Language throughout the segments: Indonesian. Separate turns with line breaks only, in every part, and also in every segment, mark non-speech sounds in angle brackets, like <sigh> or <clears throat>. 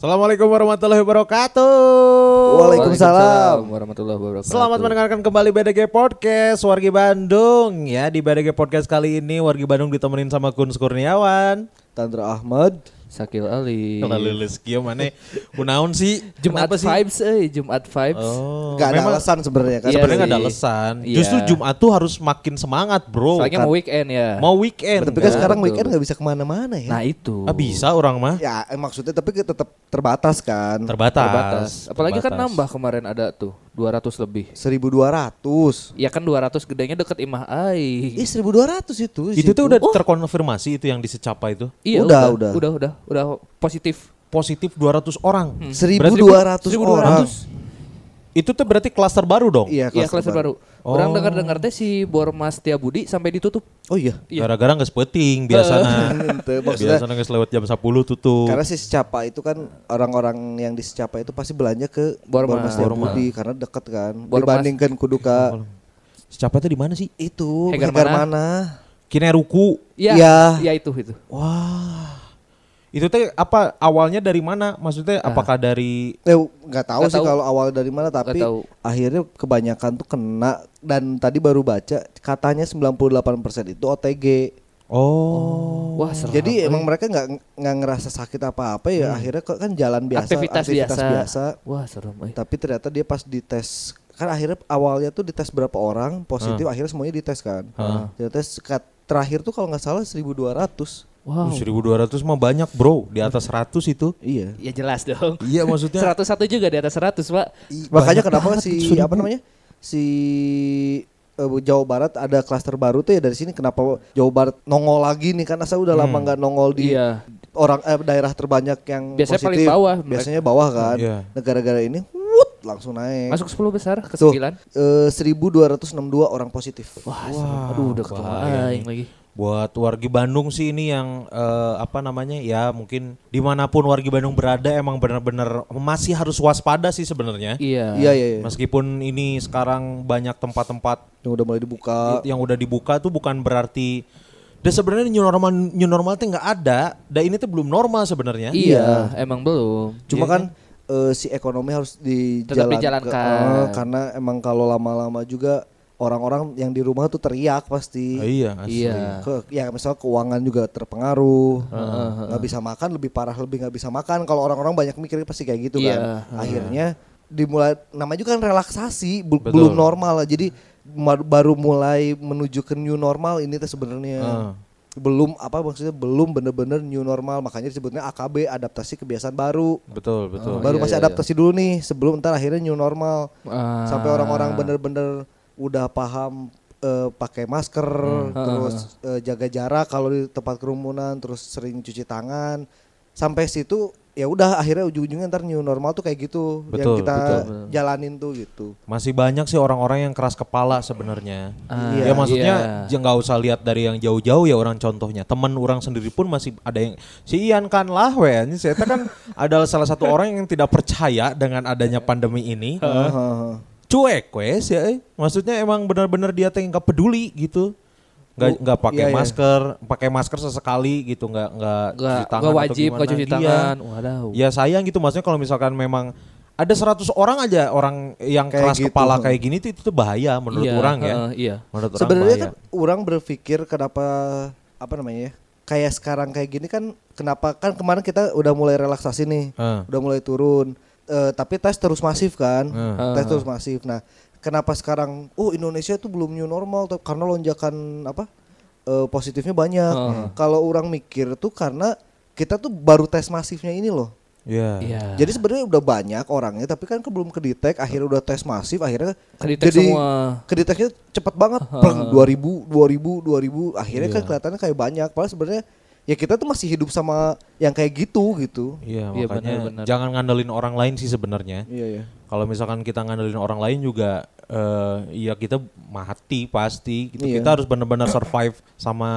Assalamualaikum warahmatullahi wabarakatuh.
Waalaikumsalam.
warahmatullahi wabarakatuh.
Selamat mendengarkan kembali BDG Podcast Wargi Bandung ya di BDG Podcast kali ini Wargi Bandung ditemenin sama Kun Kurniawan.
Tantra Ahmad.
Sakil Ali.
Kalau lilis kieu maneh kunaon sih?
Iya. <laughs> Jumat
Kenapa sih?
vibes euy, Jumat vibes.
Oh,
Gak ada
memang
alasan sebenarnya kan.
Iya
sebenarnya
sih.
nggak ada alasan.
Iya.
Justru Jumat tuh harus makin semangat, Bro.
Soalnya mau weekend ya.
Mau weekend.
Tapi kan
kan?
sekarang
betul.
weekend gak bisa kemana-mana ya.
Nah, itu.
Ah, bisa orang mah.
Iya.
Ya eh, maksudnya tapi tetap terbatas kan.
Terbatas.
Terbatas. Apalagi kan
Terbatas.
nambah kemarin ada tuh 200 lebih.
1200.
Ya kan 200 gedenya deket Imah
Ih
Ai.
1200 itu. di
Iya. Itu
situ.
tuh udah
Oh.
terkonfirmasi itu yang disecapa itu.
udah,
Iya, udah,
udah.
udah, udah, udah positif.
Positif 200 orang.
Hmm.
1200 orang.
1200.
Itu tuh berarti klaster baru dong.
Iya,
Iya,
kelas
kelas baru.
Oh.
Orang dengar-dengar teh si Bormas Tiabudi sampai ditutup.
Oh iya.
Iya.
Gara-gara nggak sepeting biasana.
<laughs> Ente, Iya, Maksudnya
biasana nggak lewat jam 10 tutup.
karena si secapa itu kan orang-orang yang di secapa itu pasti belanja ke Bormas
Bormas.
Tiap Budi karena deket kan.
Bormas.
Dibandingkan kudu ke
Iya, Secapa itu di mana sih?
itu
Hegar
Hegar
mana?
mana?
Kineruku.
Iya,
Iya.
iya itu itu.
Wah. Itu teh apa awalnya dari mana? Maksudnya apakah dari
Eh, nggak tahu
Nggak
sih
tahu.
kalau awal dari mana tapi
Nggak tahu.
akhirnya kebanyakan tuh kena dan tadi baru baca katanya 98% itu OTG.
Oh.
Wah, serem.
Jadi emang mereka nggak nggak ngerasa sakit apa-apa ya akhirnya kok kan jalan biasa
Hmm. aktivitas, biasa.
biasa.
Wah, serem. eh. euy.
Tapi ternyata dia pas dites kan akhirnya awalnya tuh dites berapa orang positif
Hmm.
akhirnya semuanya dites kan. Ternyata sekat- terakhir tuh kalau nggak salah 1200.
Uh,
Wow.
1200 mah banyak, Bro. Di atas 100 itu.
Iya.
Ya jelas dong.
Iya, maksudnya
101 juga di atas 100, Pak.
I- Makanya kenapa si apa namanya si eh, Jawa Barat ada klaster baru tuh ya dari sini kenapa Jawa Barat nongol lagi nih karena saya udah lama nggak nongol di
Hmm. Iya.
orang eh, daerah terbanyak yang
Biasanya
positif.
paling bawah mereka.
biasanya bawah kan
Iya.
negara-negara ini wut, langsung naik
Masuk 10 besar ke
Tuh,
9.
eh, 1262 orang positif
Wah, serem. aduh udah ketemu
iya
aing lagi.
Buat wargi Bandung sih ini yang eh, apa namanya ya mungkin dimanapun wargi Bandung berada emang benar-benar masih harus waspada sih sebenarnya.
Iya.
iya iya iya
Meskipun ini sekarang banyak tempat-tempat
yang udah mulai
Iya. Eh,
dibuka
yang udah dibuka tuh bukan berarti dan sebenarnya new normal new normal tuh nggak ada. Dan ini tuh belum normal sebenarnya.
Iya, emang belum.
cuma kan eh, si ekonomi harus
Iya, Tetap
dijalan-
dijalankan.
eh, karena emang kalau lama-lama juga orang-orang yang di rumah tuh teriak pasti
Ah, iya. asli.
Iya.
Ke- ya misalnya keuangan juga terpengaruh nggak bisa makan lebih parah lebih nggak bisa makan kalau orang-orang banyak mikir pasti kayak gitu kan
Iya,
akhirnya dimulai namanya juga kan relaksasi bel- belum normal lah. jadi ma- baru mulai menuju ke new normal ini tuh sebenarnya belum apa maksudnya belum bener-bener new normal makanya disebutnya AKB adaptasi kebiasaan baru
Betul betul.
Oh.
Iya,
baru masih adaptasi dulu nih sebelum ntar akhirnya new normal
Ah.
sampai orang-orang bener-bener udah paham eh, pakai masker
Hmm,
terus eh, jaga jarak kalau di tempat kerumunan terus sering cuci tangan sampai situ ya udah akhirnya ujung-ujungnya ntar new normal tuh kayak gitu yang
Betul,
kita
betul.
jalanin tuh gitu
Masih banyak sih orang-orang yang keras kepala sebenarnya.
Ah,
ya maksudnya
iya.
ya nggak usah lihat dari yang jauh-jauh ya orang contohnya. Temen orang sendiri pun masih ada yang si Ian kan lah wen. Saya teh
<laughs>
kan adalah salah satu orang yang tidak percaya dengan adanya pandemi ini.
Heeh.
Cuek wes ya. eh. Maksudnya emang benar-benar dia teh nggak peduli gitu. Nggak nggak pakai
iya, iya.
masker, pakai masker sesekali gitu nggak nggak
Nggak-
cuci tangan
nggak
atau
wajib, nggak
gimana.
cuci
Iya.
tangan. Waduh.
Ya sayang gitu maksudnya kalau misalkan memang ada 100 orang aja orang yang
Kayak
keras
gitu.
kepala kayak gini tuh itu tuh bahaya menurut
Iya,
orang ya.
heeh, iya.
Menurut orang
sebenarnya
bahaya.
kan orang berpikir kenapa apa namanya ya kayak sekarang kayak gini kan kenapa kan kemarin kita udah mulai relaksasi nih
Heeh.
udah mulai turun Eh, tapi tes terus masif kan
Heeh.
tes terus masif nah kenapa sekarang oh Indonesia tuh belum new normal tuh, karena lonjakan apa eh, positifnya banyak kalau orang mikir tuh karena kita tuh baru tes masifnya ini loh
Iya.
Iya.
Nah. jadi sebenarnya udah banyak orangnya tapi kan ke- belum kedetek akhirnya udah tes masif akhirnya
Kedetek semua.
kedeteknya cepat banget per 2000 2000 2000 akhirnya kan kelihatannya kayak banyak padahal sebenarnya ya kita tuh masih hidup sama yang kayak gitu gitu.
Iya,
Iya,
makanya
benar-benar.
jangan ngandelin orang lain sih sebenarnya.
Iya ya.
Kalau misalkan kita ngandelin orang lain juga eh ya kita mati pasti gitu.
Iya.
Kita harus benar-benar survive sama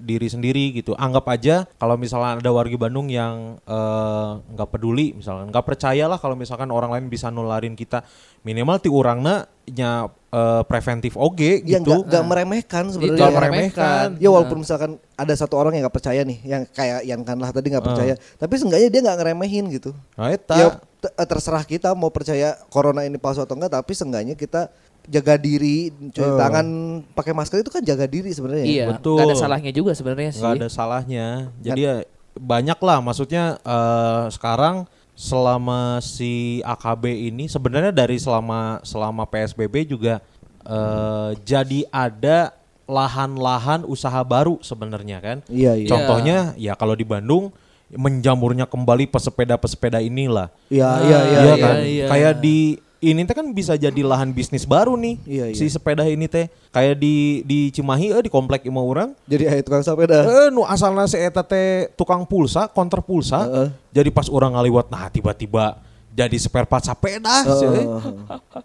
diri sendiri gitu. Anggap aja kalau misalkan ada warga Bandung yang eh, nggak peduli misalkan nggak percayalah kalau misalkan orang lain bisa nularin kita minimal ti urangna nya eh, preventif oge
yang
gitu.
gak, meremehkan
Iya,
sebenarnya.
Nggak
ya.
meremehkan.
Ya walaupun misalkan ada satu orang yang nggak percaya nih, yang kayak Yan Kanlah tadi nggak percaya, tapi seenggaknya dia nggak ngeremehin gitu.
Nah, eta.
Ya te- eh, terserah kita mau percaya corona ini palsu atau enggak, tapi seenggaknya kita jaga diri, cuci
Eh.
tangan, pakai masker itu kan jaga diri sebenarnya.
Iya,
Betul.
nggak ada salahnya juga sebenarnya sih.
nggak ada salahnya. Jadi
Kan
ya banyak lah maksudnya eh, sekarang selama si AKB ini sebenarnya dari selama selama PSBB juga eh, jadi ada lahan-lahan usaha baru sebenarnya kan.
Iya, iya.
Contohnya ya kalau di Bandung menjamurnya kembali pesepeda-pesepeda inilah.
Iya, iya, iya.
Iya
iya.
kan?
iya.
Kayak di ini teh kan bisa jadi lahan bisnis baru nih
Iya, iya.
si sepeda ini teh kayak di di Cimahi eh, di komplek imah orang
Jadi ayat tukang sepeda.
Eh, nu asalnya si eta teh tukang pulsa, counter pulsa.
Heeh.
Jadi pas orang ngaliwat, nah tiba-tiba jadi spare part sepeda. sih.
Heeh.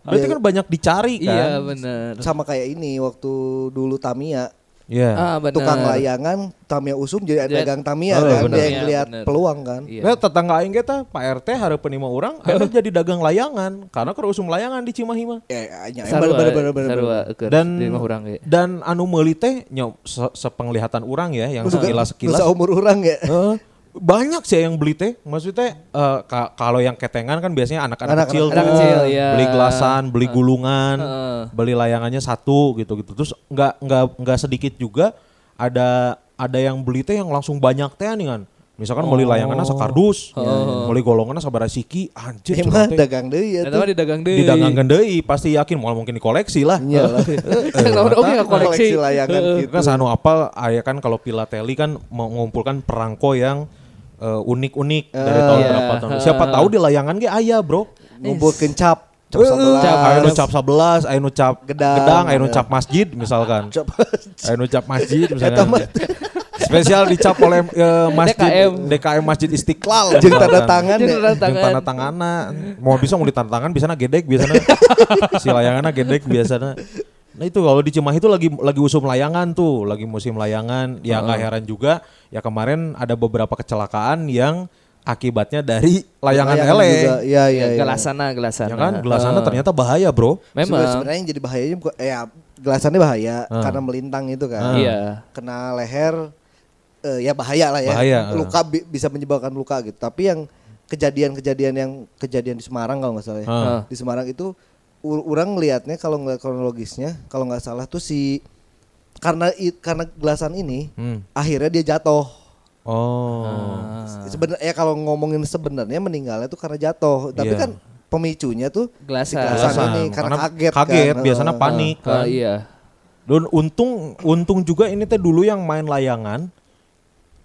Berarti kan banyak dicari
Iya,
kan.
benar.
Sama kayak ini waktu dulu Tamia
Iya.
Ah, benar.
tukang layangan Tamia usum jadi ada
Jadi-
dagang
Oh,
Tamia kan
bener.
dia yang
Iya,
lihat
bener.
peluang kan.
Iya.
Nah, tetangga aing ge teh Pak RT hareupeun lima urang ayeuna jadi dagang layangan karena keur usum layangan di Cimahi mah.
Ya, ya,
Sarua,
bener, bener, bener,
sarua,
bener.
keur
Dan
di rumah orang ya. ge.
Ya,
dan anu meuli teh nya se- sepenglihatan urang ya yang
Nusa-
sekilas-kilas.
nusa umur orang ya.
Heeh. banyak sih yang beli teh maksudnya eh, ka- kalau yang ketengan kan biasanya anak-anak
Anak-anak
kecil
anak
tuh.
kecil, iya.
beli gelasan beli gulungan
Heeh.
beli layangannya satu gitu gitu terus nggak nggak nggak sedikit juga ada ada yang beli teh yang langsung banyak teh nih kan misalkan
Oh.
beli layangannya sakardus beli golongannya sabara siki anjir
Emang
curhat teh.
dagang deui ya
Eta mah
tuh.
didagang deui.
didagang
<laughs>
gendei pasti yakin mau mungkin dikoleksi lah
Iyalah.
Kan lawan oge
Iya. eh,
nggak koleksi. Eh.
Koleksi layangan
Heeh.
gitu.
Kan sanu apal aya kan kalau Pilateli kan mengumpulkan perangko yang eh, unik-unik dari
Eh,
tahun
iya.
berapa tahun. Siapa tahu di layangan ge aya, Bro.
Ngumpulkeun cap, cap
Eh, Cap, aya nu
sebelas.
cap 11, aya nu cap
Gedang. iya.
gedang, aya nu cap masjid misalkan.
Cap.
Aya nu cap masjid
Eta
misalkan.
mah
Spesial dicap oleh
<laughs>
eh, masjid
DKM.
DKM. Masjid Istiqlal.
jeung tanda
misalkan.
tangan
Jeung
ya.
tanda
Jeung
tangan.
tanda tangana. Mau bisa mau ditanda tangan biasanya gedek
<laughs>
biasanya. si layangannya gedek biasanya. Nah itu kalau di Cimahi itu lagi lagi usum layangan tuh, lagi musim layangan. Ya nggak heran juga ya kemarin ada beberapa kecelakaan yang akibatnya dari layangan, ele.
juga. Iya, iya,
Ya,
iya.
Gelasana, gelasana.
Ya kan gelasannya
Heeh.
ternyata bahaya, Bro.
Sebenarnya
Memang.
sebenarnya yang jadi bahayanya bukan ya gelasannya bahaya karena melintang itu kan.
Iya.
Kena leher eh, ya bahaya lah ya.
Bahaya, eh.
Luka bi- bisa menyebabkan luka gitu. Tapi yang kejadian-kejadian yang kejadian di Semarang kalau nggak salah ya.
Heeh.
Di Semarang itu u- orang ngelihatnya kalau ngeliat kronologisnya kalau nggak salah tuh si karena i- karena gelasan ini
Hmm.
akhirnya dia jatuh.
Oh.
Sebenarnya ya kalau ngomongin sebenarnya meninggalnya tuh karena jatuh. Tapi
Iya.
kan pemicunya tuh
Gelasan.
gelasan ini
Gelasan.
karena,
Karena
kaget
kaget,
kan.
biasanya
Heeh.
panik.
Ah, iya.
Dan untung untung juga ini teh dulu yang main layangan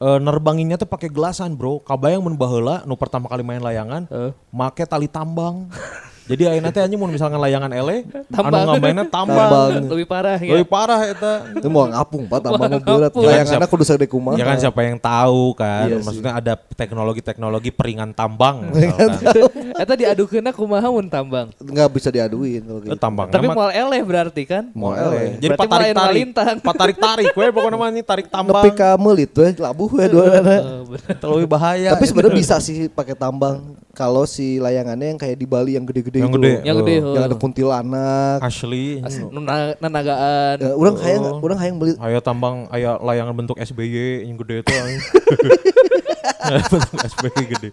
eh, nerbanginnya teh pakai gelasan, Bro. Kabayang mun baheula nu pertama kali main layangan
Eh.
Heeh.
make tali tambang. <laughs> Jadi ayeuna teh anjing mun misalkan layangan ele anu
Tambang.
ngamainna
Tambang.
tambang.
Lebih parah ya.
Oh, iya.
Leuwih parah eta.
Itu mau ngapung pak, tambah
Mau
ngebulat.
ngapung.
Kayak
Siap.
anak kudu sadek kumaha.
Ya kan siapa yang tahu kan.
Iya sih. Iya
Maksudnya ada teknologi-teknologi peringan
<laughs>
tambang misalkan.
Eta diadukeuna kumaha mun tambang.
Nggak bisa diaduin kalau
Eh,
gitu.
tambangnya
Tapi
mah
moal eleh berarti kan?
moal
ele.
ele. Jadi
Berarti
patarik
moal
tarik.
lintang.
Patarik tarik we pokoknya mah ini tarik
Nepi
tambang.
ka meulit we labuh we dua
Eh, bener.
Terlalu bahaya.
Tapi sebenarnya bisa sih pakai tambang kalau si layangannya yang kayak di Bali yang gede-gede
Yang
itu.
gede.
Yang gede.
Oh.
Yang ada kuntilanak.
asli.
As- nana- Nanagaan.
Ya,
<laughs>
Eh, orang kayak
Oh.
orang kayak beli
Aya tambang, aya layangan bentuk SBY yang gede
<laughs>
itu. anjing. Layangan bentuk SBY gede.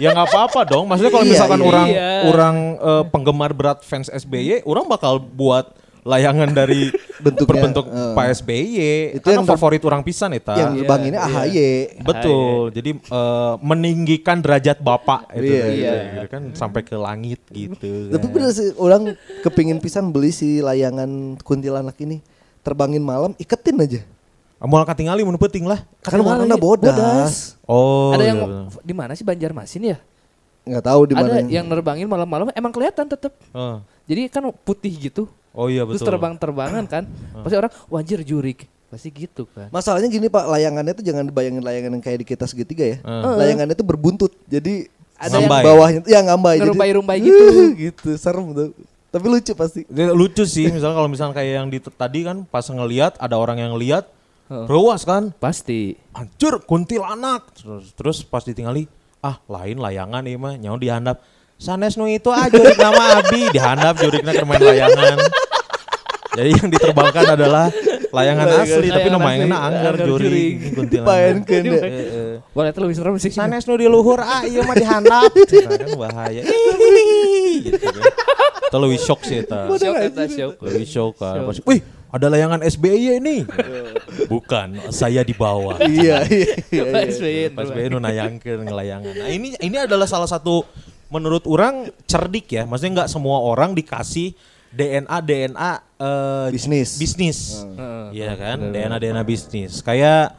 Ya nggak apa-apa dong. Maksudnya kalau
Iya,
misalkan
iya.
orang
Iya.
orang eh, penggemar berat fans SBY, orang bakal buat layangan dari
<laughs> Bentuknya,
berbentuk
eh.
Pak SBY.
Itu
Itu yang
yang ter-
favorit orang pisan eta.
yang Iya, bang
iya.
ini AHY.
Betul. Jadi eh, meninggikan derajat bapak itu
Iya,
gitu,
iya.
gitu kan sampai ke langit gitu.
Tapi bener sih orang kepingin pisan beli si layangan kuntilanak ini terbangin malam iketin aja.
Mau katingali mun penting lah.
Karena
Katingali,
warnanya bodas.
iya, bodas.
Oh.
Ada
iya,
yang
betul.
di mana sih Banjarmasin ya?
nggak tahu di mana.
Ada yang nerbangin malam-malam emang kelihatan tetep.
Eh.
Jadi kan putih gitu.
Oh iya betul.
Terus
Ah.
terbang-terbangan kan. Pasti orang wajir jurik. Pasti gitu kan.
Masalahnya gini Pak, layangannya tuh jangan dibayangin layangan yang kayak di kita segitiga ya. Layangannya tuh berbuntut. Jadi
Ngambai.
ada yang
Rumbai.
bawahnya ya ngambai <laughs>
Ngerumbai-rumbai gitu.
gitu serem tuh tapi lucu pasti
Dia lucu sih misalnya kalau misalnya kayak yang di tadi kan pas ngelihat ada orang yang ngelihat
Heeh.
ruas kan
pasti.
hancur kuntilanak terus terus pas ditinggali ah lain layangan ieu mah nyaho dihandap sanes nu itu aja jurik nama abi dihandap jurikna keur main layangan jadi yang diterbangkan adalah layangan
Layangan-
asli tapi nu
layangan
mainnya
asli,
anggar
anggar jurig.
jurik kuntilanak
dipainkeun deh.
Heeh.
Wah, itu lebih serem sih. <laughs>
sanes nu di luhur ah ieu mah dihandap Cina kan bahaya gitu kan. Itu lebih shock sih eta
Syok eta syok.
lebih show kan Pas, wih ada layangan SBY ya ini bukan saya di bawah
iya iya iya,
Pak <laughs>
iya.
SBY
pas SBY nu nayangkeun ngelayangan nah ini ini adalah salah satu menurut orang cerdik ya maksudnya nggak semua orang dikasih DNA DNA eh,
Bisnis.
bisnis
Heeh.
Iya kan DNA DNA bisnis kayak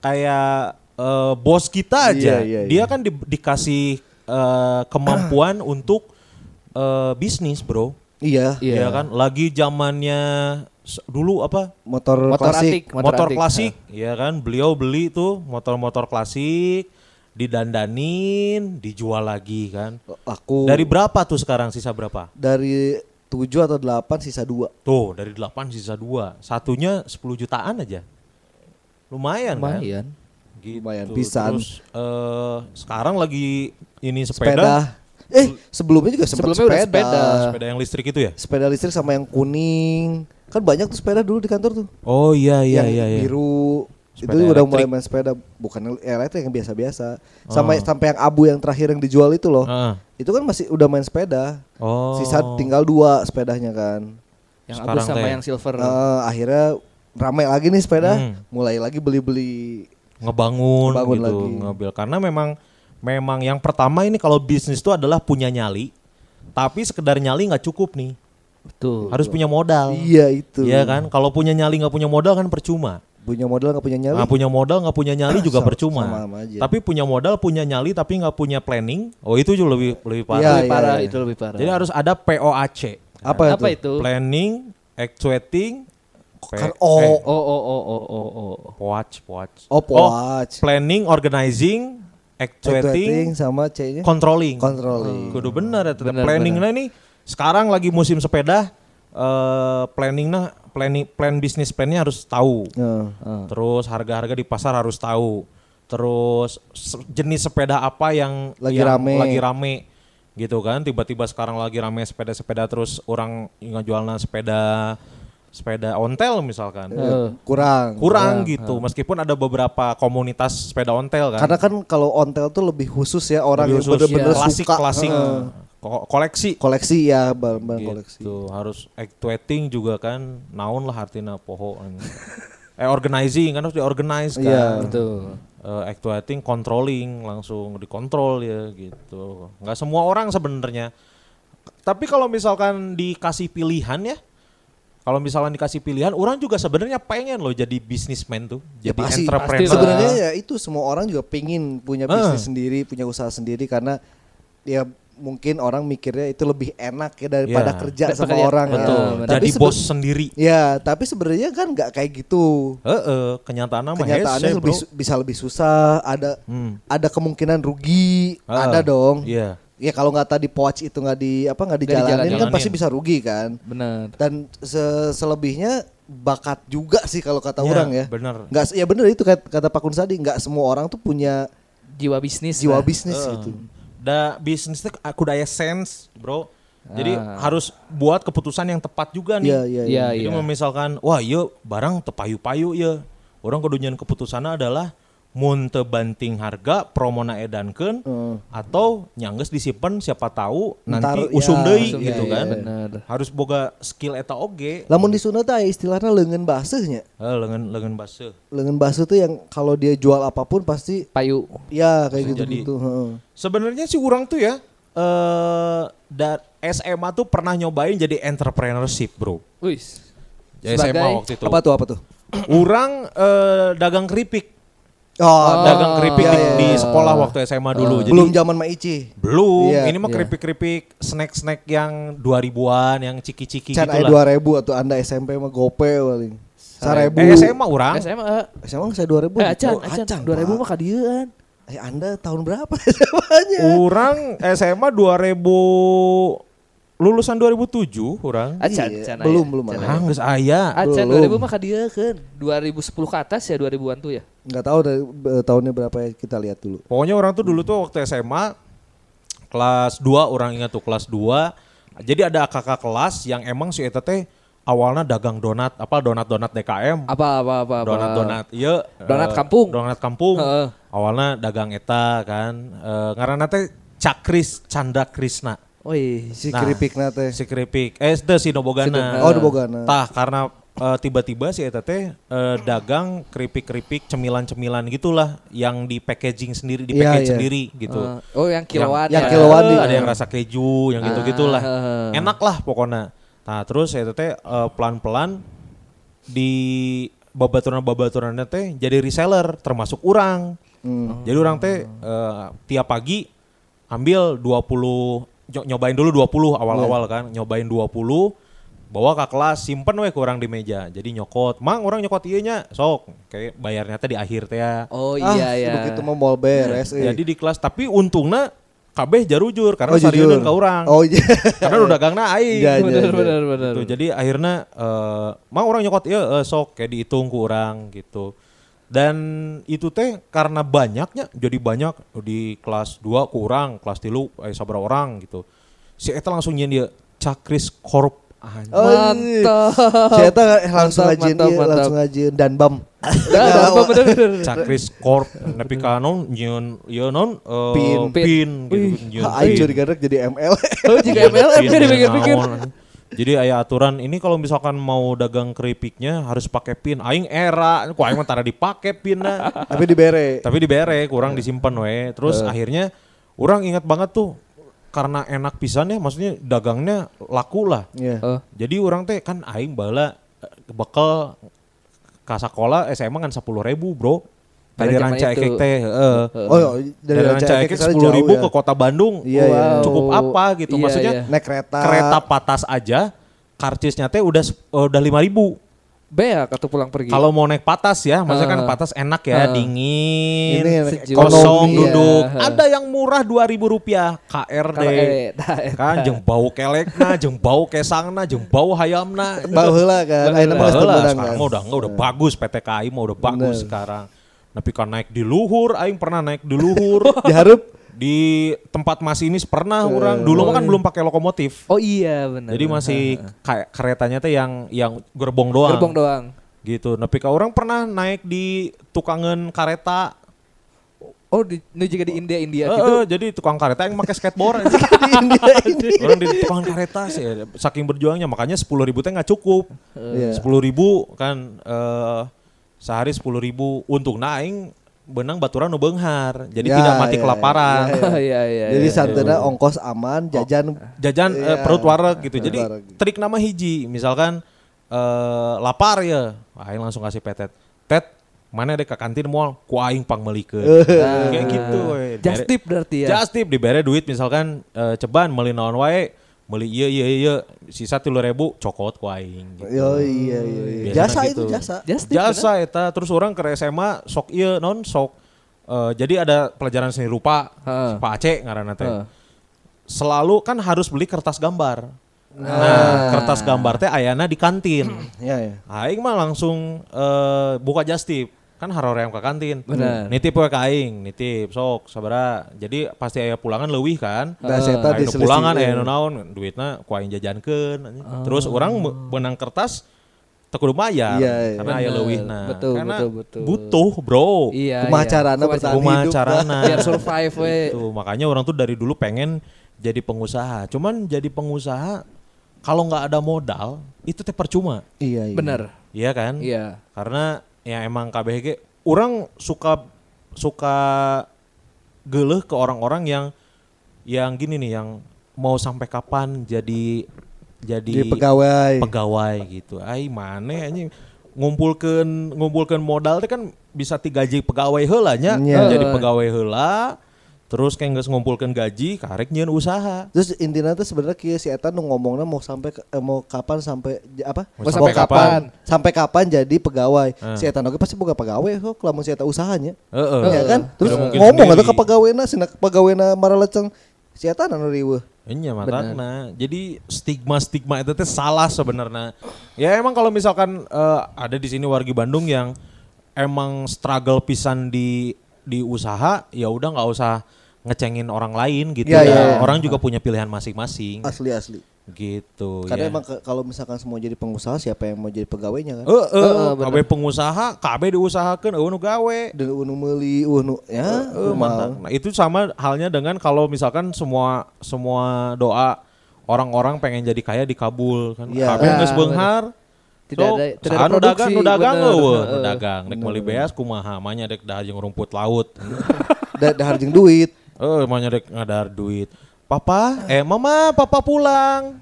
kayak eh, bos kita aja
Iya, iya,
dia
iya.
kan di- dikasih eh,
<clears throat>
kemampuan untuk eh, bisnis bro
iya
Iya.
Iya kan, lagi zamannya s- dulu apa?
motor,
Motor
klasik
antik,
Motor,
antik.
klasik, Iya kan? Beliau beli tuh motor-motor klasik, didandanin, dijual lagi kan.
Oh. laku
Dari berapa tuh sekarang sisa berapa?
dari tujuh atau delapan sisa dua
Tuh, dari 8 sisa 2. Satunya 10 jutaan aja. Lumayan, kan?
Lumayan.
Gitu.
Lumayan pisan.
Terus eh, sekarang lagi ini sepeda, eh,
sepeda eh sebelumnya juga sempat
Sebelumnya udah
sepeda. sepeda
sepeda, yang listrik itu ya?
listrik sama yang kuning kan banyak tuh sepeda dulu di kantor tuh
Oh iya iya
yang
iya iya.
biru
Sepeda
itu udah
elektrik. Oh.
mulai main sepeda bukan ya, elektrik yang biasa-biasa sama sampai yang abu yang terakhir yang dijual itu loh
Heeh.
itu kan masih udah main sepeda
Oh.
sisa tinggal dua sepedanya kan
Yang abu
Sekarang
sama
teh.
yang silver.
Eh, akhirnya ramai lagi nih sepeda
Hmm.
mulai lagi beli-beli
ngebangun,
Ngebangun
gitu
lagi.
ngebil karena memang memang yang pertama ini kalau bisnis itu adalah punya nyali tapi sekedar nyali nggak cukup nih
Betul.
harus punya modal
iya itu
Iya kan kalau punya nyali nggak punya modal kan percuma
punya modal nggak punya nyali
nggak punya modal nggak punya nyali juga
Sama-
percuma
sama- sama aja.
tapi punya modal punya nyali tapi nggak punya planning oh itu juga lebih lebih
Iya,
parah
lebih parah
iya.
itu lebih parah.
ya? jadi harus ada POAC
apa,
apa
itu
itu?
planning actuating eh,
Kan O.
Oh oh oh oh oh oh.
POAC POAC
oh watch
planning organizing actuating
sama C nya
controlling.
Iya. Controlling.
Kudu bener ya.
Bener,
planningnya ini sekarang lagi musim sepeda eh planningnya planning plan bisnis plannya harus tahu.
Heeh.
Terus harga-harga di pasar harus tahu. Terus se- jenis sepeda apa yang
Lagi
yang
rame.
lagi rame gitu kan. Tiba-tiba sekarang lagi rame sepeda-sepeda terus orang ngejualna sepeda sepeda ontel misalkan.
Iya.
Heeh.
Eh.
kurang
Kurang gitu. Meskipun ada beberapa komunitas sepeda ontel kan.
Iya. Hmm. karena kan kalau ontel tuh lebih khusus ya orang
Lebih khusus.
yang bener-bener
Iya. klasik
suka
klasik
Heeh.
ko- koleksi
koleksi ya barang-barang koleksi
gitu harus actuating juga kan naon lah artinya poho
<laughs>
eh organizing kan harus diorganize kan
Iya.
Betul.
Eh, actuating controlling langsung dikontrol ya gitu nggak semua orang sebenarnya tapi kalau misalkan dikasih pilihan ya kalau misalkan dikasih pilihan orang juga sebenarnya pengen loh jadi businessman tuh
Ya
jadi
pasti,
entrepreneur
pasti lah.
sebenarnya ya itu semua orang juga pingin punya bisnis
Eh.
sendiri punya usaha sendiri karena ya mungkin orang mikirnya itu lebih enak ya daripada
Iya.
kerja
Daripada
sama
kerja.
orang ya.
betul
Nah,
jadi
sebe-
bos sendiri
ya tapi sebenarnya kan nggak kayak gitu
eh eh, kenyataannya mah
kenyataannya
hese,
lebih
bro.
su- bisa lebih susah ada
Hmm.
ada kemungkinan rugi
Ah,
ada dong
iya.
ya kalau nggak tadi poach itu nggak di apa nggak
Nggak
dijalanin, kan
dijalanin.
pasti bisa rugi kan
Benar.
dan se- selebihnya bakat juga sih kalau kata
Iya,
orang ya
bener.
nggak se- ya bener itu kat- kata Pak Kunsadi nggak semua orang tuh punya
Jiwa bisnis.
jiwa
lah.
bisnis
Heeh.
gitu
Da bisnis itu aku daya sense, bro. Jadi
Ah.
harus buat keputusan yang tepat juga nih.
Iya, iya,
iya.
Jadi
Iya, iya.
memisalkan, wah iya barang tepayu-payu ya. Orang kedunyan keputusannya adalah mun teu banting harga promona edankeun
Heeh.
atau nyangges disimpan siapa tahu
Ntar,
nanti
ya, Iya,
usum deui
usum
gitu
deui,
kan.
bener.
Harus boga skill eta oge.
lamun di Sunda tuh aya istilahnya lengan basehnya
Eh, lengan lengan baseuh.
lengan baseh tuh yang kalau dia jual apapun pasti
Payu.
ya
Langsung
kayak gitu gitu heeh.
Sebenarnya sih orang tuh ya eh da- SMA tuh pernah nyobain jadi entrepreneurship, bro.
Wis.
Ya,
Sebagai-
SMA waktu itu.
apa tuh apa tuh
Orang eh, dagang keripik,
oh,
Ah, dagang keripik
iya,
di,
iya,
di
iya.
sekolah waktu SMA dulu. Jadi
belum zaman Maici
belum.
Iya,
ini mah
iya.
keripik-keripik snack-snack yang 2000-an, yang ciki-ciki gitu
Can aya
lah.
eh, dua ribu atau anda SMP mah gope paling. Sarebu.
Eh, SMA orang.
SMA.
SMA nggak saya dua ribu. Oh,
Eh, acan, acan. 2000 mah ka dieu an.
Eh Anda tahun berapa <laughs> SMA-nya?
Oh, Orang SMA 2000 lulusan 2007 orang.
Acan,
Iya,
can
belum,
aya,
belum
can
ada.
aya.
Orang geus aya.
Acan
Belum.
2000 mah kadieun. 2010 ke atas ya 2000-an tuh ya.
Enggak tahu dari eh, tahunnya berapa ya, kita lihat dulu.
Pokoknya orang tuh dulu tuh waktu SMA kelas 2 orang ingat tuh kelas 2. Jadi ada kakak kelas yang emang si eta teh awalnya dagang donat, apa donat-donat DKM.
Apa apa apa. apa.
donat donat iya
Donat
eh,
kampung.
donat kampung
Heeh.
awalnya dagang eta kan Eh ngaranna teh Cakris Canda Krisna
Oi.
Si
Nah.
keripik nate.
si keripik eh teh si Nobogana
Si- oh, Nobogana.
tah karena eh, tiba-tiba si eta teh eh, dagang keripik-keripik cemilan-cemilan gitulah yang di packaging sendiri di
Iya,
package
iya.
sendiri gitu
Eh, oh yang kiloan.
yang
ya.
kiloan.
Eh,
di-
ada yang rasa keju yang gitu gitulah
Ah.
enak lah pokoknya nah terus saya teh pelan pelan di babaturan babaturannya teh jadi reseller termasuk orang jadi orang teh eh, tiap pagi ambil 20 nyo- nyobain dulu 20 awal-awal kan nyobain 20 bawa ke kelas simpen we ke orang di meja jadi nyokot mang orang nyokot ieu nya sok kayak bayarnya teh di akhir teh ya
Oh iya
ah,
ya.
Begitu mah mall beres. eh.
Iya. jadi di kelas tapi untungnya kabeh jarujur karena
Oh, jujur.
sarieuneun ka urang.
Oh
<laughs>
iya.
Karena udah dagangna aing.
Iya, iya,
Bener
iya.
bener bener.
Gitu, jadi akhirnya eh mah orang nyokot ya sok kayak dihitung ke orang gitu. Dan itu teh karena banyaknya jadi banyak di kelas 2 kurang, kelas 3 eh sabar orang gitu. Si eta langsung nyian dia Cakris Corp anjing.
Oh, iya.
Mantap.
Saya tahu langsung
Mantap,
ngajin
mantap,
iya,
mantap.
langsung ngajin dan bam.
Nah, apa, bener bener.
gitu. Cakris Corp nepi ka non nyeun ieu non eh,
Pin.
pin gitu
Wih,
nyeun
<laughs> Aing
pin.
curiga rek jadi ML.
Oh jika
Iya,
MLM ya dipikir-pikir.
Jadi ayah aturan ini kalau misalkan mau dagang keripiknya harus pakai pin. Aing era, ku aing mah tara dipake pinna.
<laughs> Tapi dibere.
Tapi dibere,
Iya.
kurang disimpan we. Terus akhirnya orang ingat banget tuh karena enak pisan ya maksudnya dagangnya laku lah.
Iya.
Oh.
Jadi orang teh kan aing bala eh, bekal ka sekolah SMA kan 10.000, Bro. Dari
Pada zaman
Ranca
itu.
Ekek teh, heeh.
Oh, iya, dari,
Dari Ranca Ekek
sana
10.000
jauh ya.
ke kota Bandung.
Iya, iya.
Cukup apa gitu
Iya,
maksudnya?
iya.
naik kereta.
kereta patas aja karcisnya teh udah sep- eh, udah lima ribu
Beak atau pulang
Iya.
pergi.
kalau mau naik patas ya maksudnya kan
Ah.
patas enak ya
Ah.
dingin
Eh. Ini
sejuk.
kosong
ekonomi, Eh.
duduk
ya.
ada yang murah dua ribu rupiah KRD
Kalau eh, <laughs> nah, eh,
kan jeng bau kelekna jeng bau kesangna jeng bau hayamna
Bau heula kan. Ayeuna mah
Baheula,
geus temudang
sekarang
kan.
mah
<laughs>
udah enggak udah bagus PT KAI mah udah bagus sekarang tapi kan naik di luhur aing pernah naik di luhur
<laughs> Diharap
di tempat masinis pernah
Eh.
orang dulu mah kan belum pakai lokomotif
Oh iya benar.
Jadi masih kayak keretanya teh yang yang gerbong doang.
gerbong doang.
Gitu. Tapi kalau orang pernah naik di tukangan kareta.
Oh di, nu juga di India
Eh,
India gitu.
eh, jadi tukang kareta yang pakai skateboard.
di India ini.
orang di tukangan kareta sih saking berjuangnya makanya 10.000 ribu teh nggak cukup. 10.000
Iya.
ribu kan eh, sehari 10.000 ribu untung naing benang baturan nu beunghar. Jadi
Ya,
tidak mati
ya,
kelaparan.
ya,
<laughs> Iya iya. iya.
Jadi santana ongkos aman, jajan
Oh.
jajan eh,
Iya.
perut wareg gitu.
Perut
Jadi
wareg.
trik nama hiji, misalkan eh, lapar ya, aing langsung kasih petet. Tet, mana deh ke kantin mall, ku aing pang
<laughs>
meulikeun.
Nah.
Kayak
Nah.
gitu we.
Just tip berarti ya.
Just tip dibere duit misalkan eh, ceban meuli naon wae, meuli ieu ieu ieu sisa 3000 cokot ku aing gitu.
Yo iya iya. iya.
Biasanya
Jasa
gitu.
itu jasa.
Just tip.
Jasa eta terus orang ke SMA sok ieu non sok eh, jadi ada pelajaran seni rupa,
Heeh.
Pak Aceh ngaranna teh
Heeh.
selalu kan harus beli kertas gambar. Nah, kertas gambar teh ayana di kantin.
Iya iya.
Aing mah langsung eh, buka jastip kan haroream ke kantin.
Benar.
Nitip we ka aing, nitip sok sabara. Jadi pasti aya pulangan leuwih kan.
Nah, saya
Aya
tadi
nu pulangan eh,
iya.
aya nu naon, duitna ku aing jajankeun.
Oh.
Terus orang me- menang kertas teu kudu mayar
Iya, iya.
karena aya
Benar.
leuwihna.
Betul,
Karena
betul, betul.
butuh, Bro.
Iya.
Kumaha
iya.
carana
Kumaha
bertahan
Kumaha
hidup,
carana?
Biar survive we.
Gitu. Makanya orang tuh dari dulu pengen jadi pengusaha. Cuman jadi pengusaha kalau nggak ada modal itu teh percuma.
Iya iya.
Bener.
Iya kan?
Iya.
Karena ya emang KBG orang suka suka geleh ke orang-orang yang yang gini nih yang mau sampai kapan jadi jadi
Jadi pegawai.
pegawai gitu. Ai mana anjing ngumpulkeun ngumpulkeun modal teh kan bisa 3 gaji pegawai heula nya.
Iya.
Jadi pegawai heula Terus kayak nggak ngumpulkan gaji, karek nyeun usaha.
Terus intinya tuh sebenarnya kia si Eta nu ngomongnya mau sampai ke- eh, mau kapan sampai j- apa?
Mau sampai kapan.
Sampai kapan jadi pegawai?
Eh.
Si Eta oge pasti boga pegawai kok lamun si Eta usahanya.
Heeh.
ya kan?
Tidak
Terus
mungkin
ngomong
sendiri.
atau ke pegawena sina ke pegawena maraleceng si Eta anu riweuh.
Iya matanya. Jadi stigma-stigma itu teh salah sebenarnya. Ya emang kalau misalkan eh, ada di sini wargi Bandung yang emang struggle pisan di di usaha, ya udah nggak usah ngecengin orang lain gitu
Iya,
ya.
iya, iya.
Orang juga punya pilihan masing-masing
Asli asli.
gitu
Karena
ya.
emang ke- kalau misalkan semua jadi pengusaha siapa yang mau jadi pegawainya kan?
Eh, eh,
Eh,
eh,
bener.
KB pengusaha, KB diusahakan, eueuh nu gawe.
Dan unu uhuh, meuli unu ya,
Eh, mantap. Nah, itu sama halnya dengan kalau misalkan semua semua doa orang-orang pengen jadi kaya dikabul kan.
Iya.
Kabeh geus
Ah,
beunghar.
Tidak ada- tidak ada
saha nu anu dagang nu
produksi,
dagang
bener.
eueuh, nu
Heeh.
dagang. Nek meuli beas kumaha, manya dek dah jeung rumput laut.
Da dahar jeung duit.
Eh, manya dek ngadar duit. Papa, eh mama, papa pulang.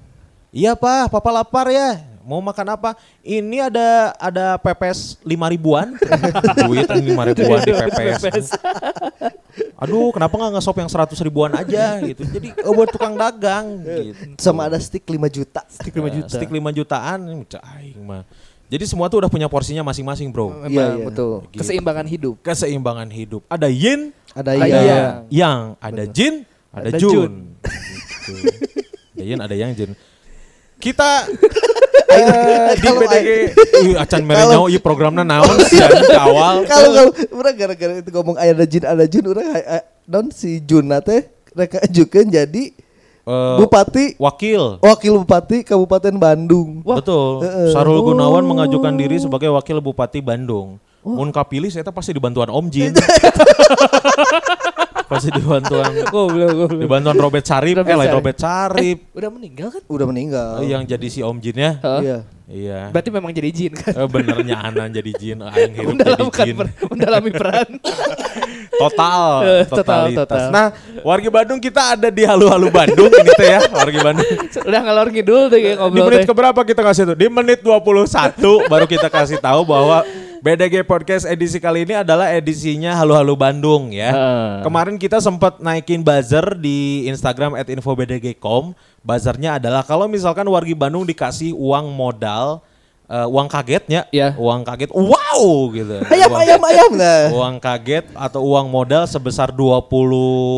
Iya, Pak, papa lapar ya. Mau makan apa? Ini ada ada pepes lima <laughs> ribuan. duit lima ribuan di pepes. <laughs> aduh kenapa nggak ngesop yang 100 ribuan aja gitu jadi eh, buat tukang dagang gitu
Sama ada stick 5 juta.
Stik 5 juta.
stik 5 jutaan ini cah, aing mah jadi semua tuh udah punya porsinya masing-masing bro
Memang
Iya, iya.
betul.
Gitu.
Keseimbangan hidup.
keseimbangan hidup ada yin
Ada
Ada
iya.
iya.
yang ada jin ada,
Ada
jun,
jun.
Gitu. ada yin ada yang jin
<laughs>
kita eh, di
Kalau
PDG Ih, acan mere
kalau-
nyaho ieu programna naon sian kawal
Kalau kalau orang gara-gara itu ngomong ada jin ada jun orang hay- hay- non si Juna teh mereka ajukan jadi
Eh,
bupati
wakil
wakil bupati Kabupaten Bandung.
Betul.
heeh.
Sarul Gunawan mengajukan diri sebagai wakil Bupati Bandung. Mun kapilih saya pasti dibantuan Om
<laughs>
Jin. pasti dibantuan
Goblok, goblok.
dibantuan Robert Sarip,
Robert
eh lain
Sarip.
Robert Sarip
Udah meninggal kan?
Udah meninggal.
yang jadi si Om Jinnya.
Hah?
Iya.
Iya.
Berarti memang jadi jin kan?
Eh, benernya Anan jadi Jin, Aing hidup
<laughs>
jadi
Mendalamin,
Jin.
per- mendalami peran. <laughs>
Total,
Eh, total,
totalitas.
total.
Nah, warga Bandung kita ada di halu-halu Bandung ini teh ya, warga Bandung.
Udah ngalor ngidul tuh kayak
Di
ngobrol
menit
teh.
keberapa kita kasih tuh? Di menit 21 baru kita kasih tahu bahwa BDG Podcast edisi kali ini adalah edisinya Halu-Halu Bandung ya.
Heeh.
Kemarin kita sempat naikin buzzer di Instagram at infobdg.com. Buzzernya adalah kalau misalkan wargi Bandung dikasih uang modal, eh, uang kagetnya,
Iya.
uang kaget, wow
<laughs>
gitu.
Ayam
uang,
ayam ayam
Eh.
nah.
uang kaget atau uang modal sebesar 20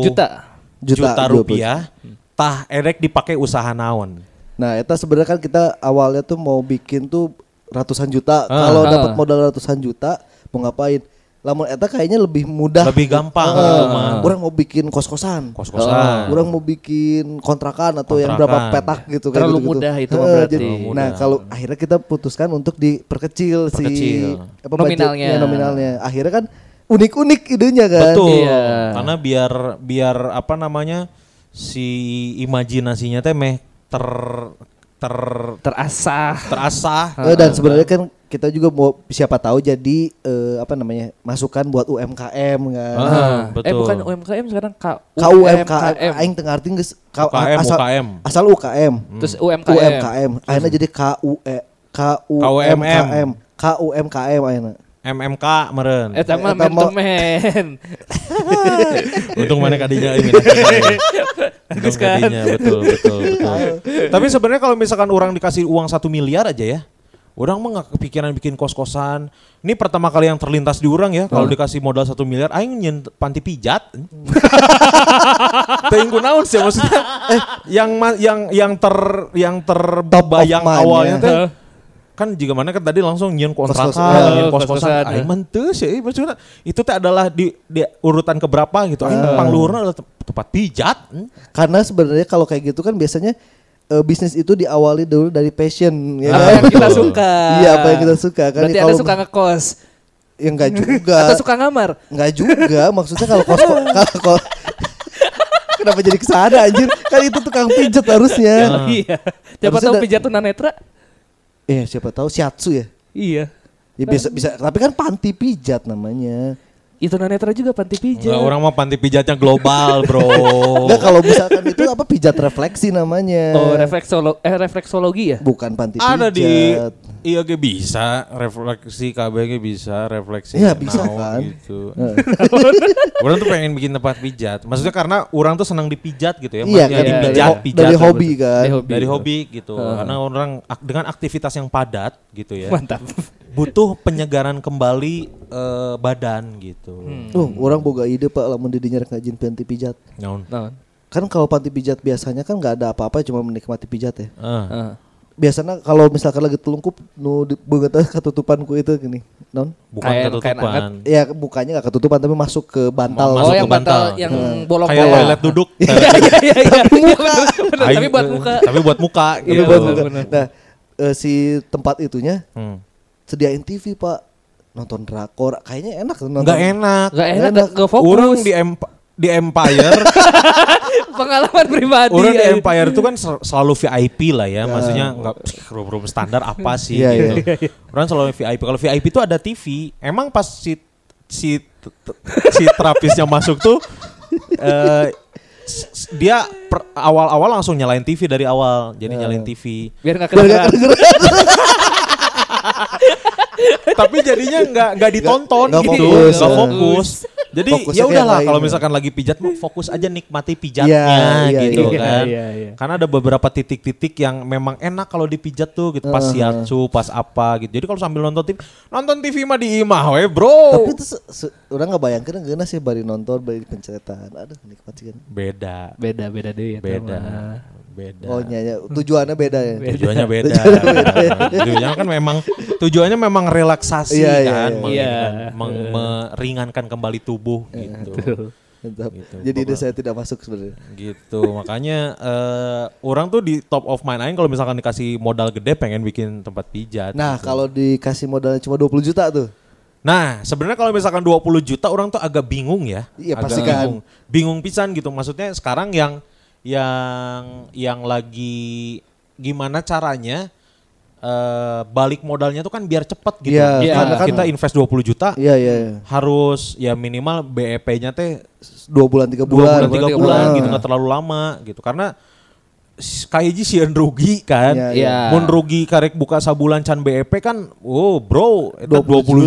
Juta.
juta,
20.
rupiah, tah erek dipakai usaha naon.
Nah, itu sebenarnya kan kita awalnya tuh mau bikin tuh ratusan juta.
Ah.
Kalau
Ah.
dapat modal ratusan juta, mau ngapain? Lamun eta kayaknya lebih mudah.
Lebih gampang
Ah,
gitu mah.
Orang mau bikin kos-kosan.
Kos-kosan.
Orang mau bikin kontrakan atau yang berapa
Kontrakan.
petak gitu kayak
Terlalu
gitu-gitu.
mudah itu mah
Heeh,
berarti.
jadi-
Terlalu mudah.
Nah, kalau akhirnya kita putuskan untuk diperkecil si
Perkecil.
apa, budgetnya,
Nominalnya.
nominalnya. Akhirnya kan unik-unik idenya kan.
Betul.
Iya.
Karena biar biar apa namanya si imajinasinya teh meh ter ter
Terasah.
terasah.
Eh, dan sebenarnya kan kita juga mau siapa tahu jadi eh, apa namanya masukan buat UMKM kan.
Ah,
Eh
betul.
bukan UMKM sekarang K
KUMKM aing tengah arti geus ka-
UKM,
asal
UKM.
asal UKM.
Hmm.
Terus UMKM.
UMKM. Ayeuna jadi E, KUE KUMKM. KUMKM ayeuna.
MMK meren.
Eh sama
Eta
man to
mah-
man.
Untung mana kadinya ini. Untung
kan?
kadinya betul betul betul. Tapi sebenarnya kalau misalkan orang dikasih uang satu miliar aja ya. Orang mah nggak kepikiran bikin kos-kosan. Ini pertama kali yang terlintas di orang ya. Kalau dikasih modal satu miliar, aing nyen panti pijat. <laughs> Tengku naon sih maksudnya? Eh, yang ma- yang yang ter yang terbayang
mind,
awalnya
ya.
teh kan jika mana kan tadi langsung nyian kontrakan,
Kos-kosan. iya.
nyian
Oh,
kos-kosan,
kos-kosan,
aing
ya.
mah teu sih, maksudnya itu teh adalah di, di urutan keberapa gitu.
Iya.
Aing pangluhurna adalah te- tempat pijat. Hmm.
Karena sebenarnya kalau kayak gitu kan biasanya eh, bisnis itu diawali dulu dari passion ya.
Apa
kan?
yang kita
Ah, Betul.
suka.
Iya, apa yang kita suka kan.
Berarti
kalau
Anda suka ngekos
ya
<laughs>
enggak juga.
atau suka ngamar?
Enggak juga, maksudnya kalau
<laughs>
kos kalau kos- Kenapa jadi kesana anjir? Kan itu tukang pijat harusnya.
<laughs> Iya. Siapa
Harusnya
tahu
da-
pijat tunanetra?
Eh, siapa tahu shiatsu ya.
Iya.
Ya bisa bisa tapi kan panti pijat namanya.
itu netra juga panti pijat.
Nggak, Nah, orang mah panti pijatnya global,
<laughs>
bro. Oh.
Nggak, kalau misalkan itu apa pijat refleksi namanya.
Oh, refleksolo eh refleksologi ya?
Bukan panti
Ada
pijat.
di IAG bisa, refleksi KBG bisa, refleksi
Iya, bisa
naon
kan. <laughs>
gitu. orang tuh pengen bikin tempat pijat. Maksudnya karena orang tuh senang dipijat gitu ya.
Iya,
maksudnya
kan,
iya,
dari,
dipijat,
ho-
pijat.
dari
gitu.
hobi kan.
Dari
Dari hobi gitu. Karena orang ak- dengan aktivitas yang padat gitu ya.
Mantap.
Butuh penyegaran kembali eh, badan gitu.
Hmm.
Oh, orang boga ide Pak lamun di dinya rek ngajin panti pijat.
Naon.
Naon?
Kan kalau panti pijat biasanya kan nggak ada apa-apa cuma menikmati pijat ya.
Ah.
Heeh.
Biasanya kalau misalkan lagi telungkup nu di- beungeutna ketutupanku itu gini. Non.
bukan
Kain- kain
ketutupan.
Ya mukanya nggak ketutupan tapi masuk ke bantal.
Masuk
Oh,
ke
yang bantal,
bantal. Hmm.
yang
Kayak
bolong-bolong.
toilet
<laughs>
duduk.
Iya, iya, iya, iya. Bener, bener,
Aing-
Tapi buat muka.
Tapi buat muka
Ini
gitu.
buat buka. Nah, eh, si tempat itunya
Hmm.
sediain TV, Pak. Nonton drakor kayaknya enak tuh nonton.
Nggak enak.
Gak enak, gak, gak
Orang
fokus.
di Emp- di
<laughs>
Empire,
Pengalaman pribadi.
orang di
ya.
Empire itu kan ser- selalu VIP lah ya, maksudnya nggak room room standar
<laughs>
apa sih
Iya,
gitu. Orang selalu VIP. Kalau VIP itu ada TV. Emang pas si si si terapisnya masuk
<laughs>
tuh eh, s- s- dia per- awal-awal langsung nyalain TV dari awal,
Ya.
jadi nyalain TV.
Biar
Biar nggak
gak kedengeran.
kedengeran.
tapi jadinya nggak nggak ditonton
nggak
gitu
fokus,
nggak
ya.
fokus jadi ya
Fokusnya ke yang
udahlah
lain,
kalau
ya.
misalkan lagi pijat mah fokus aja nikmati pijatnya
Iya, iya,
gitu
iya.
kan
Iya, iya.
karena ada beberapa titik-titik yang memang enak kalau dipijat tuh gitu
Uh-huh.
pas siatsu pas apa gitu jadi kalau sambil nonton TV nonton TV mah di imah we bro
Tapi itu se- se- orang nggak bayangkan enggak sih bari nonton bari pencetan. Aduh nikmat sih kan.
beda
Beda, beda deh. ya.
beda beda
Oh nyanya tujuannya beda ya.
Nah. <laughs> tujuannya
<laughs>
beda tujuannya kan memang tujuannya memang relaksasi
Iya, iya,
kan
iya.
meng-
Iya.
meng- meringankan kembali tubuh
Iya,
gitu
Mantap.
Gitu,
Jadi ide saya tidak masuk sebenarnya.
gitu makanya eh orang tuh di top of mind aing kalau misalkan dikasih modal gede pengen bikin tempat pijat
Nah, kalau dikasih modalnya cuma 20 juta tuh.
nah sebenarnya kalau misalkan 20 juta orang tuh agak bingung ya
Iya,
Agak
pasti kan.
bingung. bingung pisan gitu maksudnya sekarang yang yang yang lagi gimana caranya eh balik modalnya tuh kan biar cepet gitu
Iya,
Kita-
karena kan-
kita invest 20 juta
Iya, iya, iya.
harus ya minimal BEP-nya teh
2 bulan
dua
3
bulan
bulan. Nah.
tiga bulan
tiga
bulan.
gitu nggak terlalu lama gitu karena s- kayaknya sih yang rugi kan
Iya,
iya.
Mun rugi karek buka sabulan can BEP kan oh bro eta
20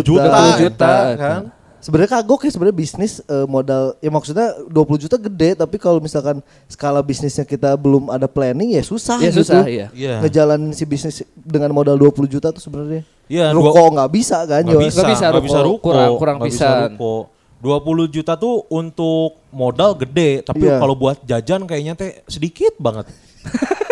20 juta,
juta.
20
20 juta,
kan
Sebenarnya kagok ya sebenarnya bisnis eh, modal ya maksudnya 20 juta gede tapi kalau misalkan skala bisnisnya kita belum ada planning ya susah
Ya
gitu.
susah, iya.
Iya.
Ngejalanin si bisnis dengan modal 20 juta tuh sebenarnya.
Iya, dua-
Ruko nggak bisa kan?
nggak
jual. <laughs>
bisa
Nggak bisa
nggak
ruko,
bisa ruko
kurang- kurang
nggak bisa
pisan.
ruko 20 juta tuh untuk modal gede tapi
Iya.
kalau buat jajan kayaknya teh sedikit <laughs> banget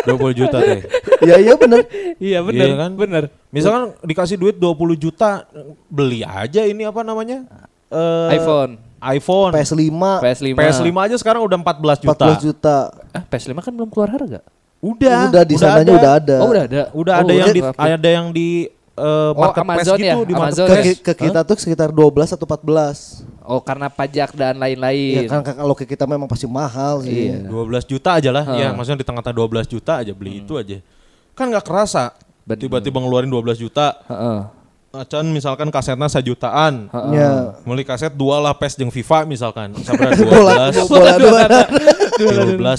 20 juta teh
Iya, iya bener.
Iya, bener.
Iya kan?
Bener.
misalkan dikasih duit 20 juta beli aja ini apa namanya Eh,
iPhone.
iPhone
PS5
PS5.
PS5 aja sekarang udah 14 juta.
14 juta.
Ah, PS5 kan belum keluar harga.
Udah,
Udah di sananya udah ada.
Oh, udah ada.
Udah
Oh,
ada yang di
maaf.
ada yang di eh,
Oh,
marketplace
Amazon
gitu
ya?
di
Ke,
Amazon ya?
marketplace.
ke kita tuh sekitar 12 atau 14.
Oh, karena pajak
Iya
dan lain-lain.
kan kan kalau ke kita memang pasti mahal
Iya.
sih.
12 juta aja lah.
Ah.
Ya, maksudnya di tengah-tengah 12 juta aja beli itu aja. Kan nggak kerasa.
Hmm. Bener.
Tiba-tiba ngeluarin 12 juta.
Heeh.
Acan misalnya misalkan kasetnya sejutaan.
Ya.
Mulai kaset dua lah E PES jeung FIFA misalkan.
<laughs>
Sabar
Bola
12,
bola dua.
13,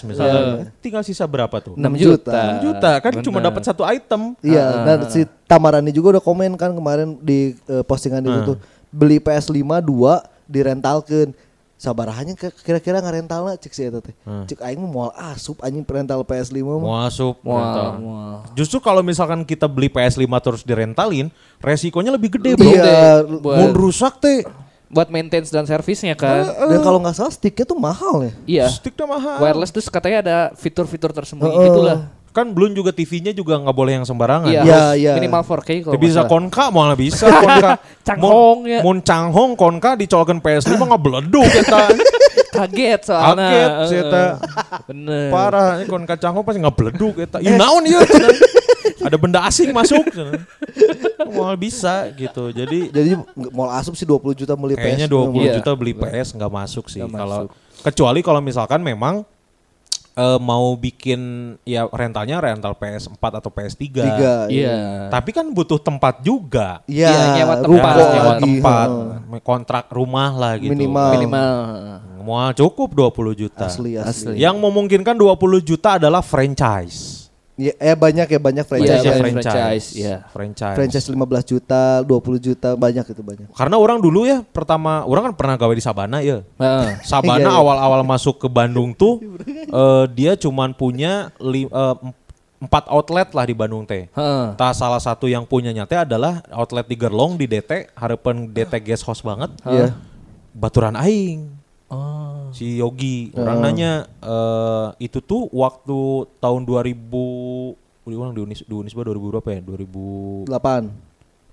14 misalkan.
Iya.
Tinggal sisa berapa tuh?
6
juta.
juta.
6 juta kan cuma dapat satu item.
Ah,
Iya, dan si Tamarani juga udah komen kan kemarin di eh, postingan
Ah.
itu tuh beli PS5 dua direntalkeun. Sabarahannya ke- kira-kira ngarentalna cek si eta teh.
Ah.
Cek aing mah moal asup anjing rental PS5 mah.
Masuk. rental.
Wah, wah.
Justru kalau misalkan kita beli PS5 terus direntalin, resikonya lebih gede, Bro.
Iya,
Bro.
Mun rusak teh
Buat maintenance dan servisnya kan.
dan kalau nggak salah sticknya tuh mahal ya.
Iya.
sticknya mahal.
Wireless terus katanya ada fitur-fitur tersembunyi
Heeh.
gitulah.
Kan belum juga TV-nya juga nggak boleh yang sembarangan.
Iya,
Iya,
harus
iya.
minimal 4K kalau
Tapi bisa
nggak salah.
konka malah
<laughs>
bisa konka.
Canghong
Mun-
ya.
Mun canghong konka dicolokkan PS5
<laughs>
nggak beleduk ya, eta. <laughs>
Kaget soalnya.
Kaget, si
Heeh.
Eta.
Bener.
Parah, ini konka canghong pasti nggak beleduk eta. Ih
Eh.
naon ieu?
<laughs>
Ada benda asing masuk. Malah bisa gitu. Jadi
Jadi nggak- moal asup sih 20 juta beli
Kayaknya
PS5.
20
Iya.
juta beli PS nggak masuk sih
Nggak
kalau
masuk.
kecuali kalau misalkan memang eh, mau bikin ya rentalnya rental PS4 atau PS3.
Tiga.
Iya.
Tapi kan butuh tempat juga.
Iya,
Iya, nyewa
ruko
tempat,
Ya, nyewa
lagi,
tempat,
heeh.
kontrak rumah lah gitu.
Minimal.
Minimal.
Mual cukup 20 juta.
Asli, asli.
Asli.
Yang memungkinkan 20 juta adalah franchise.
Ya, eh banyak ya banyak franchise.
Franchise-nya
Iya, iya,
franchise.
franchise, iya.
Franchise.
franchise 15 juta, 20 juta, banyak itu banyak.
Karena orang dulu ya pertama orang kan pernah gawe di Sabana ya.
Heeh.
Sabana
Iya, iya.
awal-awal masuk ke Bandung tuh
<laughs>
eh, dia cuman punya li- eh, em- empat outlet lah di Bandung teh.
Heeh.
Tah salah satu yang punyanya teh adalah outlet di Gerlong di DT, harapan DT guest house banget.
Iya.
Baturan aing
Oh.
si Yogi. Orang
Oh.
nanya eh, itu tuh waktu tahun 2000 di ulang di Unis di Unisba 2000 berapa ya? 2000
8.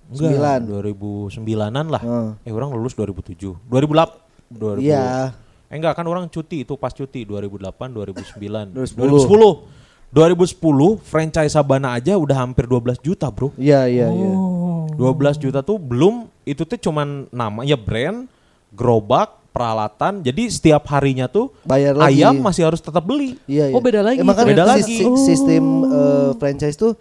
Enggak,
9.
2009-an lah.
Heeh.
Eh orang lulus 2007. 2008. 2000.
Iya.
Eh enggak kan orang cuti itu pas cuti 2008, 2009,
2010.
2010. 2010 franchise Sabana aja udah hampir 12 juta, Bro.
Iya, iya, iya.
12 juta tuh belum itu tuh cuman nama ya brand, gerobak, peralatan. Jadi setiap harinya tuh
Bayar lagi.
ayam masih harus tetap beli.
Iya, iya.
Oh, beda lagi
Emang kan
Beda
sis-
lagi.
si- sistem eh, franchise tuh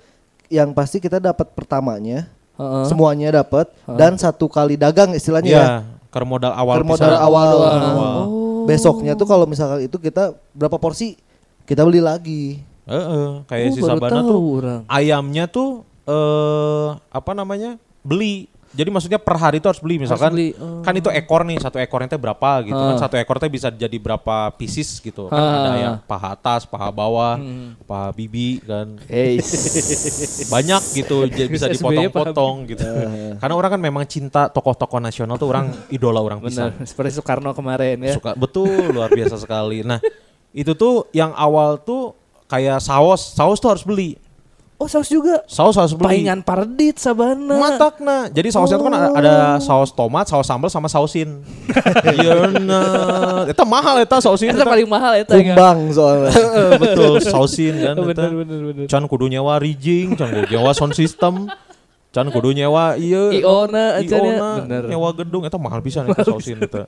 yang pasti kita dapat pertamanya,
Heeh.
semuanya dapat dan satu kali dagang istilahnya ya.
Iya, ke modal awal
Ke modal
pisan.
awal doang.
Awal.
Besoknya tuh kalau misalkan itu kita berapa porsi kita beli lagi.
Heeh, kayak
Oh,
si
baru
Sabana
tahu
tuh
orang.
ayamnya tuh eh apa namanya? beli. Jadi maksudnya per hari tuh harus beli misalkan
beli, oh.
kan itu ekor nih, satu ekornya teh berapa gitu kan.
Ah.
Satu ekor teh bisa jadi berapa pieces gitu. Kan
Ah. Hmm.
ada yang paha atas, paha bawah, paha bibi kan. Banyak gitu
<laughs>
j- bisa
SBY
dipotong-potong gitu.
Ah.
Karena orang kan memang cinta tokoh-tokoh nasional tuh
<laughs>
orang idola orang
Benar,
pisang.
seperti Soekarno kemarin ya.
Suka betul luar biasa sekali. Nah, itu tuh yang awal tuh kayak saus, saus tuh harus beli.
Oh, saus juga.
Saus harus beli.
Paingan Pardit Sabana.
Matakna. Jadi sausnya tuh kan ada, ada saus tomat, saus sambal sama sausin. Iya nah. Eta mahal eta sausin.
Itu
Eta
paling mahal ya, itu.
Kumbang
<laughs>
soalnya.
Eh, betul sausin
<laughs>
kan eta.
Bener bener bener.
Can kudu nyewa rijing, can kudu nyewa sound system. Can kudu nyewa iya. ieu
Iona aja ya.
Iona,
Bener.
nyewa gedung eta mahal pisan eta sausin eta.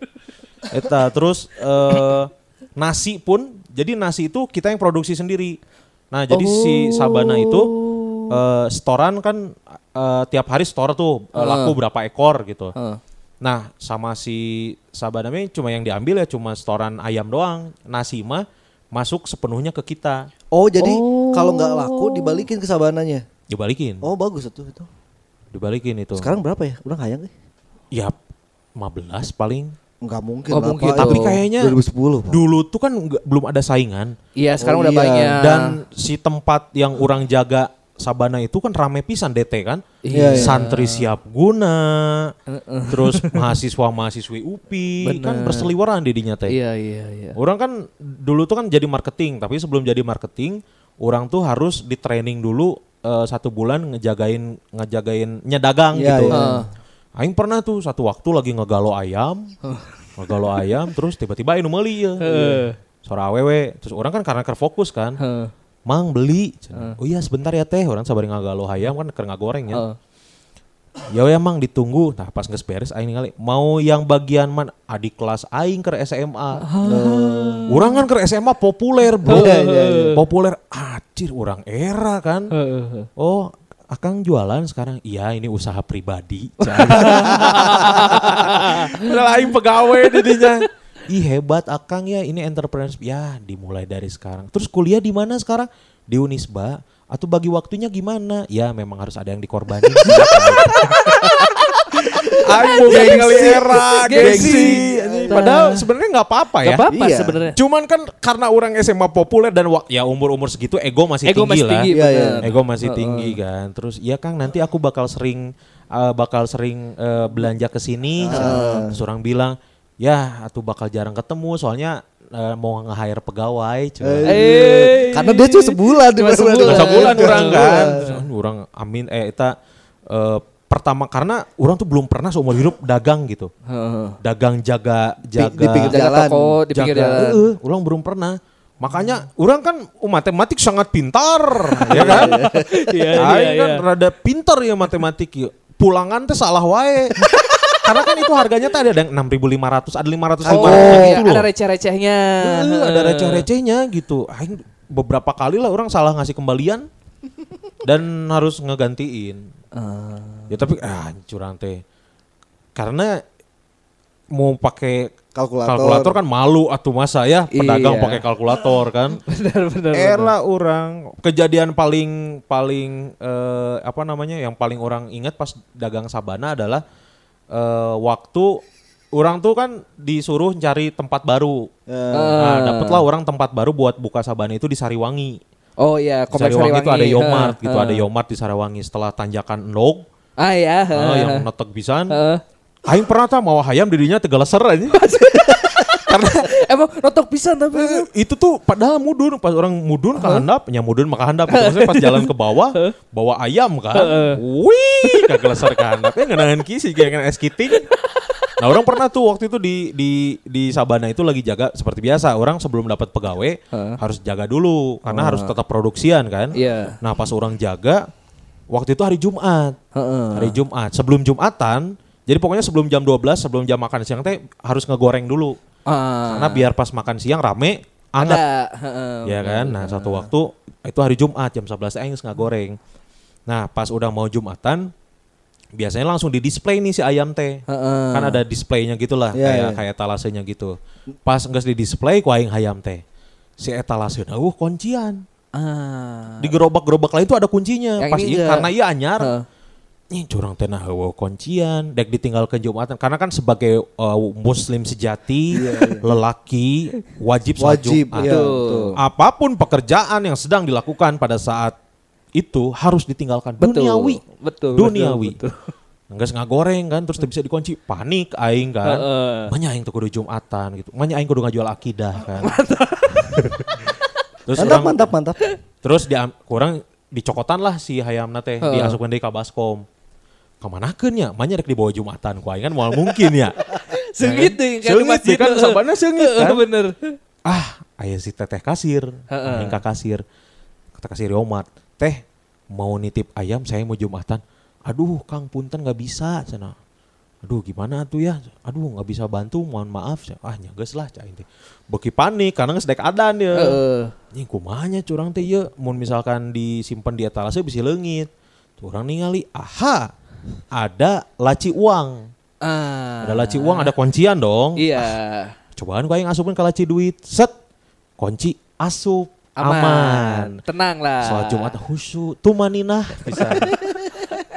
Eta terus eh, nasi pun jadi nasi itu kita yang produksi sendiri. Nah, jadi si Sabana itu eh storan kan eh, tiap hari store tuh eh, laku berapa ekor gitu.
Heeh.
Nah, sama si Sabana ini cuma yang diambil ya cuma storan ayam doang. Nasi mah masuk sepenuhnya ke kita.
Oh, jadi kalau nggak laku dibalikin ke sabananya.
Dibalikin.
Oh, bagus itu itu.
Dibalikin itu.
Sekarang berapa ya? Udah hayang eh?
ya 15 paling.
Enggak mungkin.
Nggak
lah,
mungkin
Pak.
dong.
Tapi kayaknya
2010, Pak.
Dulu tuh kan nggak- belum ada saingan
Iya, sekarang
Oh,
udah
iya.
banyak.
dan si tempat yang orang jaga Sabana itu kan rame pisan DT kan.
Iya, iya.
Santri siap guna. Terus mahasiswa-mahasiswi UPI kan
Bener.
berseliweran didinya teh.
Iya, iya, iya.
Orang kan dulu tuh kan jadi marketing, tapi sebelum jadi marketing, orang tuh harus di training dulu eh, satu bulan ngejagain ngejagain nyedagang
Iya,
gitu.
iya.
Heeh. Aing pernah tuh satu waktu lagi ngegalo ayam, ngegalo ayam, terus tiba-tiba aing nu meuli ya. Sora awewe, terus orang kan karena kerfokus kan.
Heeh.
Mang beli. cenah. Oh iya sebentar ya teh, orang sabar ngagalo ayam kan keur ngagoreng ya.
Heeh.
Ya ya mang ditunggu. Nah pas nges beres aing ningali mau yang bagian man adik kelas aing ke SMA. Urang kan ke SMA populer, Bro.
Iya, iya,
Populer acir urang era kan.
Heeh.
Oh, Akang jualan sekarang. Iya, ini usaha
<laughs>
pribadi. Udah lain pegawai didinya. Ih hebat Akang ya, ini entrepreneur. Ya, dimulai dari sekarang. Terus kuliah di mana sekarang? Di Unisba. Atau bagi waktunya gimana? Ya, memang harus ada yang
<laughs>
dikorbanin. sih. Aing mau kali era,
Gengsi.
Padahal sebenarnya nggak apa-apa ya.
Gak apa-apa
Iya.
sebenarnya.
Cuman kan karena orang SMA populer dan wak- ya umur-umur segitu ego masih
Ego
tinggi
masih
lah.
tinggi,
Iya, iya.
bener.
Ego masih tinggi kan. Terus iya Kang nanti aku bakal sering eh, bakal sering eh, belanja ke sini. Terus orang bilang, "Ya, aku bakal jarang ketemu soalnya eh, mau nge-hire pegawai." cuy.
Eh.
Karena dia cuma sebulan
Cuma sebulan.
Nggak usah bulan
Sebulan.
orang kan. Orang amin eh eta eh, pertama karena orang tuh belum pernah seumur hidup dagang gitu.
Heeh.
Dagang jaga
Di,
jaga
di pinggir
Jaga
jalan.
toko di pinggir jalan.
Heeh, orang belum pernah. Makanya orang kan uh, matematik sangat pintar, ya kan?
Iya,
Aing
<laughs> iya,
kan rada pintar ya matematik. ya. Pulangan teh salah wae. <laughs> karena kan itu harganya tadi ada yang 6.500, ada 500
Oh,
gitu
iya,
loh.
ada receh-recehnya. <laughs>
Eh, ada receh-recehnya gitu. Aing beberapa kali lah orang salah ngasih kembalian
<laughs>
dan harus ngegantiin. Ya tapi ah curang teh. Karena mau pakai
Kalkulator.
kalkulator kan malu atuh masa ya pedagang
Iya.
pakai kalkulator kan.
benar benar. benar.
Era orang kejadian paling paling eh, apa namanya yang paling orang ingat pas dagang sabana adalah eh, waktu orang tuh kan disuruh cari tempat baru. Nah, dapatlah orang tempat baru buat buka sabana itu di Sariwangi.
Oh iya,
Di
kompleks
Sariwangi itu ada
Sariwangi. Eh.
Yomart
Heeh,
gitu, ada
heeh.
Yomart di Sariwangi setelah tanjakan Endog
Ah ya.
eh, yang
heeh.
netek pisan.
Heeh.
Aing pernah tah mau hayam dirinya tegaleser aja.
Emang notok pisan tapi.
Eh, itu tuh padahal mudun pas orang mudun ke handap nya mudun maka handap gitu. maksudnya
<laughs>
pas jalan ke bawah bawa ayam kan wih kagak lesar ke handap ya ngenahan kisi kayak kena es kiting nah orang pernah tuh waktu itu di di di Sabana itu lagi jaga seperti biasa orang sebelum dapat pegawai
Heeh.
harus jaga dulu karena harus tetap produksian kan
Iya.
nah pas orang jaga waktu itu hari Jumat
Heeh.
hari Jumat sebelum Jumatan jadi pokoknya sebelum jam 12 sebelum jam makan siang teh harus ngegoreng dulu
Ah.
karena biar pas makan siang rame
ada.
anget
heeh.
ya kan nah satu waktu itu hari Jumat jam 11 aing nggak goreng nah pas udah mau Jumatan biasanya langsung di display nih si ayam teh
Heeh.
kan ada displaynya gitulah
Iya,
kayak
iya.
kayak talasenya gitu pas nggak di display ku aing hayam teh si etalase uh kuncian
Ah.
di gerobak-gerobak lain tuh ada kuncinya
Yang
pas
ini
iya,
enggak.
karena iya anyar
Heeh.
ini curang teh nah eueuh kuncian dek ditinggalkan jumatan karena kan sebagai uh, muslim sejati
Iya,
lelaki wajib sholat
Wajib,
Jumat.
iya,
Betul.
betul.
apapun pekerjaan yang sedang dilakukan pada saat itu harus ditinggalkan
Betul.
duniawi
Betul.
duniawi
<laughs> betul,
enggak nggak goreng kan terus teu bisa dikunci panik aing kan
Heeh.
Manya aing tuh kudu jumatan gitu Manya aing kudu ngajual akidah kan terus
Mantap,
orang-
mantap, mantap.
Terus di kurang dicokotan lah si hayamna teh
Heeh.
diasupkeun deui ka baskom. Kemana ya? Manya rek dibawa Jumatan ku aing kan moal mungkin
<laughs>
ya.
Seungit
Ya
deh, kan di
Seungit
masjid.
kan sabana seungit
Heeh,
kan.
Bener.
Ah, aya si teteh kasir.
Heeh.
Aing ka kasir. Kata kasir Yomat, "Teh, mau nitip ayam saya mau Jumatan." Aduh, Kang Punten nggak bisa sana. Aduh gimana tuh ya? Aduh nggak bisa bantu, mohon maaf. Ah nyages lah cah teh. Beki panik karena nggak sedek adan ya.
Heeh.
Ini kumanya curang teh ya, mau misalkan disimpan di etalase bisa leungit. Curang ningali, aha, ada laci uang.
Ah.
Ada laci uang, ada kuncian dong.
Iya.
Ah. Cobaan kau yang asupin ke laci duit. Set, kunci asup. Aman.
Aman. Tenang lah.
Sholat Jumat khusyuk, tumaninah pisan. <laughs>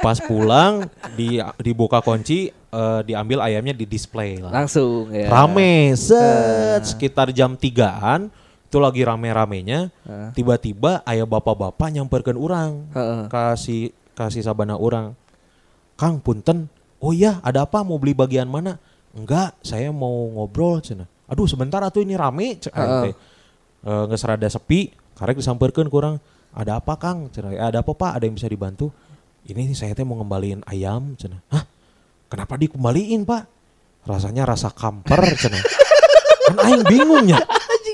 Pas pulang di dibuka kunci eh, diambil ayamnya di display lah.
Langsung ya. Ah.
rame set sekitar jam 3-an itu lagi rame-ramenya
Heeh.
tiba-tiba ayah bapak-bapak nyamperkan orang
Heeh.
kasih kasih sabana orang Kang punten oh iya ada apa mau beli bagian mana enggak saya mau ngobrol cina aduh sebentar atuh ini rame cek aing teh. Eh, geus rada sepi karek disamperkeun kurang ada apa Kang cina "Eh, ada apa Pak ada yang bisa dibantu ini saya teh mau ngembaliin ayam cina hah kenapa dikembaliin Pak rasanya rasa kamper cina kan aing bingungnya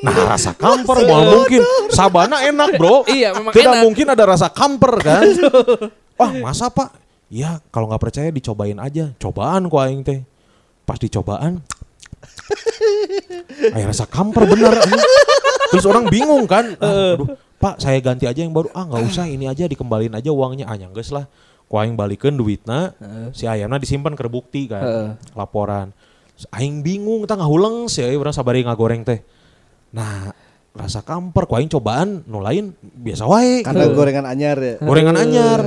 nah rasa kamper mau mungkin sabana enak bro
Iya, memang
tidak
enak.
mungkin ada rasa kamper kan wah masa pak ya kalau nggak percaya dicobain aja cobaan ku aing teh pas dicobaan aing Eh, rasa kamper bener anjing. terus orang bingung kan Ah, aduh, pak saya ganti aja yang baru ah nggak usah ini aja dikembalin aja uangnya ah nyangges lah ku aing balikeun duitna si ayamna disimpan ke bukti kan
Heeh.
laporan Terus aing bingung tah ngahuleng sih euy urang sabari ngagoreng teh nah rasa kamper ku aing cobaan nu lain biasa wae
Karena gorengan anyar ya. Iya,
gorengan anyar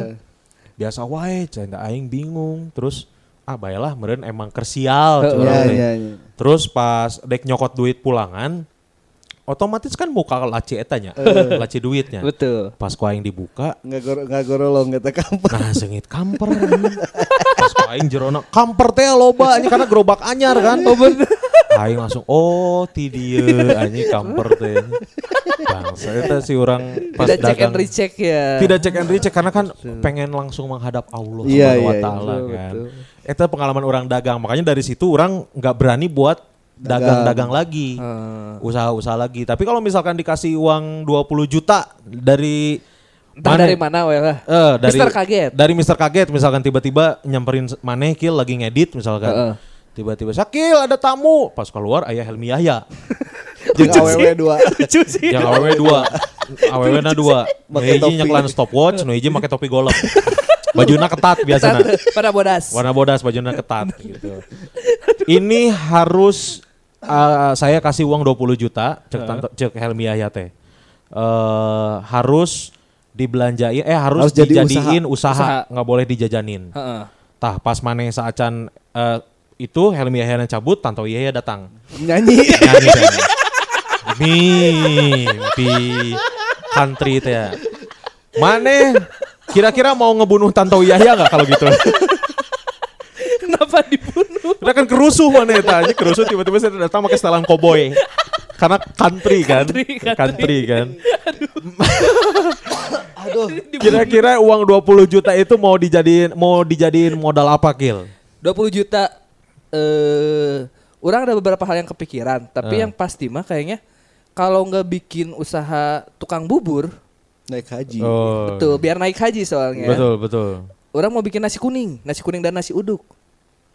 biasa wae canda aing bingung terus ah bayalah meren emang kersial
Heeh.
curang
Iya,
teh.
iya, iya.
terus pas dek nyokot duit pulangan otomatis kan buka laci etanya laci duitnya
Eh. Betul.
pas ku aing dibuka
Nggak gor nggak gorolong nggak
<laughs>
tekamper.
nah sengit kamper pas ku aing jerona kamper teh loba ini karena gerobak anyar kan oh bener aing langsung oh ti dieu anjing kamper teh bangsa eta si orang pas
Tidak
dagang
cek and recheck ya.
tidak cek and recheck karena kan pengen langsung menghadap Allah
Iya,
Subhanahu wa
iya, iya.
taala
Betul,
kan.
betul.
Itu pengalaman orang dagang. Makanya dari situ orang nggak berani buat dagang-dagang lagi.
Ah.
Usaha-usaha lagi. Tapi kalau misalkan dikasih uang 20 juta dari
Entah
Mane.
dari mana ya. weh lah.
Eh, dari
Mister Kaget.
Dari Mister Kaget misalkan tiba-tiba nyamperin s- Mane Kil lagi ngedit misalkan.
Heeh.
Tiba-tiba Sakil ada tamu. Pas keluar ayah Helmi Yahya.
Jeung awewe dua.
<laughs> Lucu sih. <laughs>
Yang aww dua. aww na dua. Nuhiji
Pakai topi.
nyeklan stopwatch, Nuhiji pakai topi golok. Bajunya ketat biasanya.
Pada bodas.
Warna bodas, bajunya ketat gitu. Ini harus uh, saya kasih uang 20 juta cek tanto, cek Helmi Yahya teh. Eh, harus dibelanjain eh harus,
Harus jadi
dijadiin usaha,
Usaha.
nggak boleh dijajanin.
Heeh. <laughs>
Tah pas Mane saacan eh, itu Helmi Yahya cabut, Tanto Yahya datang.
Nyanyi.
Nyanyi teh. Mimpi country teh. Mane kira-kira mau ngebunuh Tanto Yahya nggak kalau gitu?
Kenapa dibunuh?
Udah kan kerusuh mana ya tanya kerusuh tiba-tiba saya datang pakai setelan koboi karena country kan
Country, country.
kan
Aduh.
kira-kira uang 20 juta itu mau dijadiin mau dijadiin modal apa Gil?
20 juta eh orang ada beberapa hal yang kepikiran,
Ah.
tapi yang pasti mah kayaknya kalau nggak bikin usaha tukang bubur,
Naik haji.
Oh,
betul, ya. biar naik haji soalnya.
betul betul
Orang mau bikin nasi kuning, nasi kuning dan nasi uduk.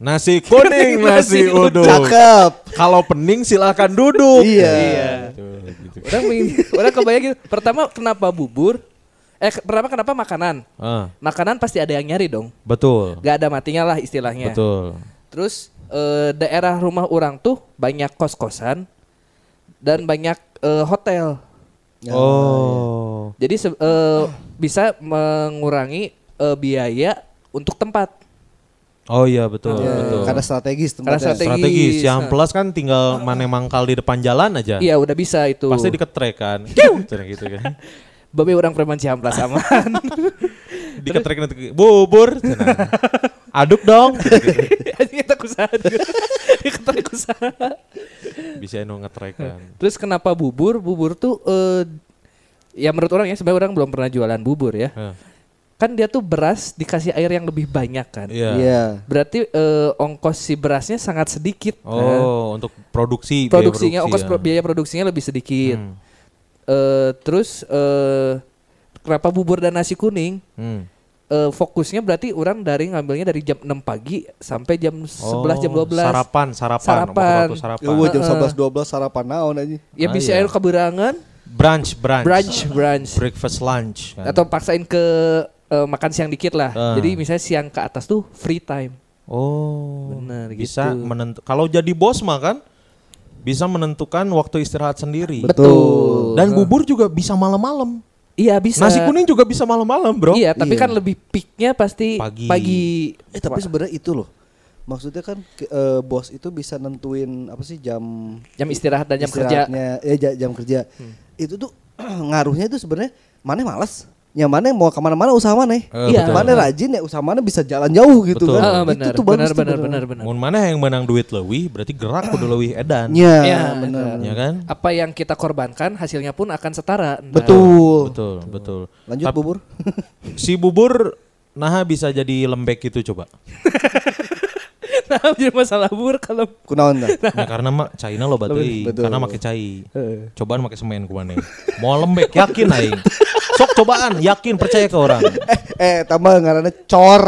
nasi kuning nasi
Nasi uduk.
uduk
Cakep.
kalau pening silahkan duduk
Iya.
Betul, gitu.
Orang ingin, <laughs> orang kebayang gitu. Pertama kenapa bubur? Eh ke- pertama kenapa makanan?
Ah,
Makanan pasti ada yang nyari dong.
betul
Gak ada matinya lah istilahnya.
betul
Terus eh, daerah rumah orang tuh banyak kos-kosan dan banyak eh, hotel.
oh
Jadi se- eh, bisa mengurangi eh, biaya untuk tempat.
oh iya betul
Ya,
betul
Karena strategis ya. tempatnya.
Karena strategis.
strategis yang
Nah.
plus kan tinggal Mane mangkal di depan jalan aja
Iya udah bisa itu.
Ya. Pasti diketrek kan. Cering gitu kan.
Babe orang preman Ciamplas
<laughs>
sama. <laughs>
Diketrek nanti bubur. cenah. Aduk dong. <laughs> Gitu-gitu.
Anjing eta kusaha. Dia ketar kusaha.
Bisa nu ngetrek kan.
Terus kenapa bubur? Bubur tuh eh, ya menurut orang ya sebenarnya orang belum pernah jualan bubur ya.
Hah.
Kan dia tuh beras dikasih air yang lebih banyak kan.
Iya.
Iya.
Berarti eh, ongkos si berasnya sangat sedikit. kan?
Oh, untuk produksi biaya Hmm.
produksinya oh,
produksi,
ongkos
ya.
pro- biaya produksinya lebih sedikit. Eh, terus eh kenapa bubur dan nasi kuning?
Hmm.
Eh, fokusnya berarti orang dari ngambilnya dari jam 6 pagi sampai jam 11 jam
Oh,
12.
Sarapan, sarapan,
Sarapan.
waktu-waktu sarapan.
Ya, gua jam 11 12 sarapan naon aja.
Ya
Ah,
bisa
iya.
air keberangan,
Brunch, brunch.
brunch, brunch.
Breakfast lunch kan.
Atau paksain ke eh, makan siang dikit lah.
Ah.
Jadi misalnya siang ke atas tuh free time.
Oh,
Benar,
bisa
gitu.
menentu kalau jadi bos mah kan bisa menentukan waktu istirahat sendiri.
Betul.
Dan bubur juga bisa malam-malam.
Iya bisa.
Nasi kuning juga bisa malam-malam, Bro.
Iya, tapi
Iya.
kan lebih peaknya pasti
Pagi.
pagi.
Eh tapi sebenarnya itu loh. Maksudnya kan ke- eh, bos itu bisa nentuin apa sih jam
jam istirahat dan jam kerja. Hmm.
istirahatnya, eh, ja- jam kerja. Itu tuh <clears throat> ngaruhnya itu sebenarnya mana malas. Yang mana mau kemana-mana usaha mana?
Eh,
Iya.
betul.
Mana rajin ya usaha mana bisa jalan jauh gitu
Betul.
kan.
Ah,
Itu
benar,
tuh bagus
benar,
tuh
benar, benar,
beneran.
benar.
Mun mana yang menang duit leuwih berarti gerak kudu leuwih edan.
Iya,
Ya,
benar.
benar.
Ya kan?
Apa yang kita korbankan hasilnya pun akan setara. Nah,
Betul.
Betul, betul.
Lanjut
Tapi
bubur. <laughs>
Si bubur nah bisa jadi lembek gitu coba.
<laughs> Nah, jadi masalah bur
<laughs>
kalau
Kunaon dah.
<laughs> Ya karena mak China lo batui,
Betul.
karena make cai. Cobaan make semen ku maneh. Mau lembek yakin aing. Sok cobaan, yakin percaya ke orang.
eh, eh tambah ngaranna cor.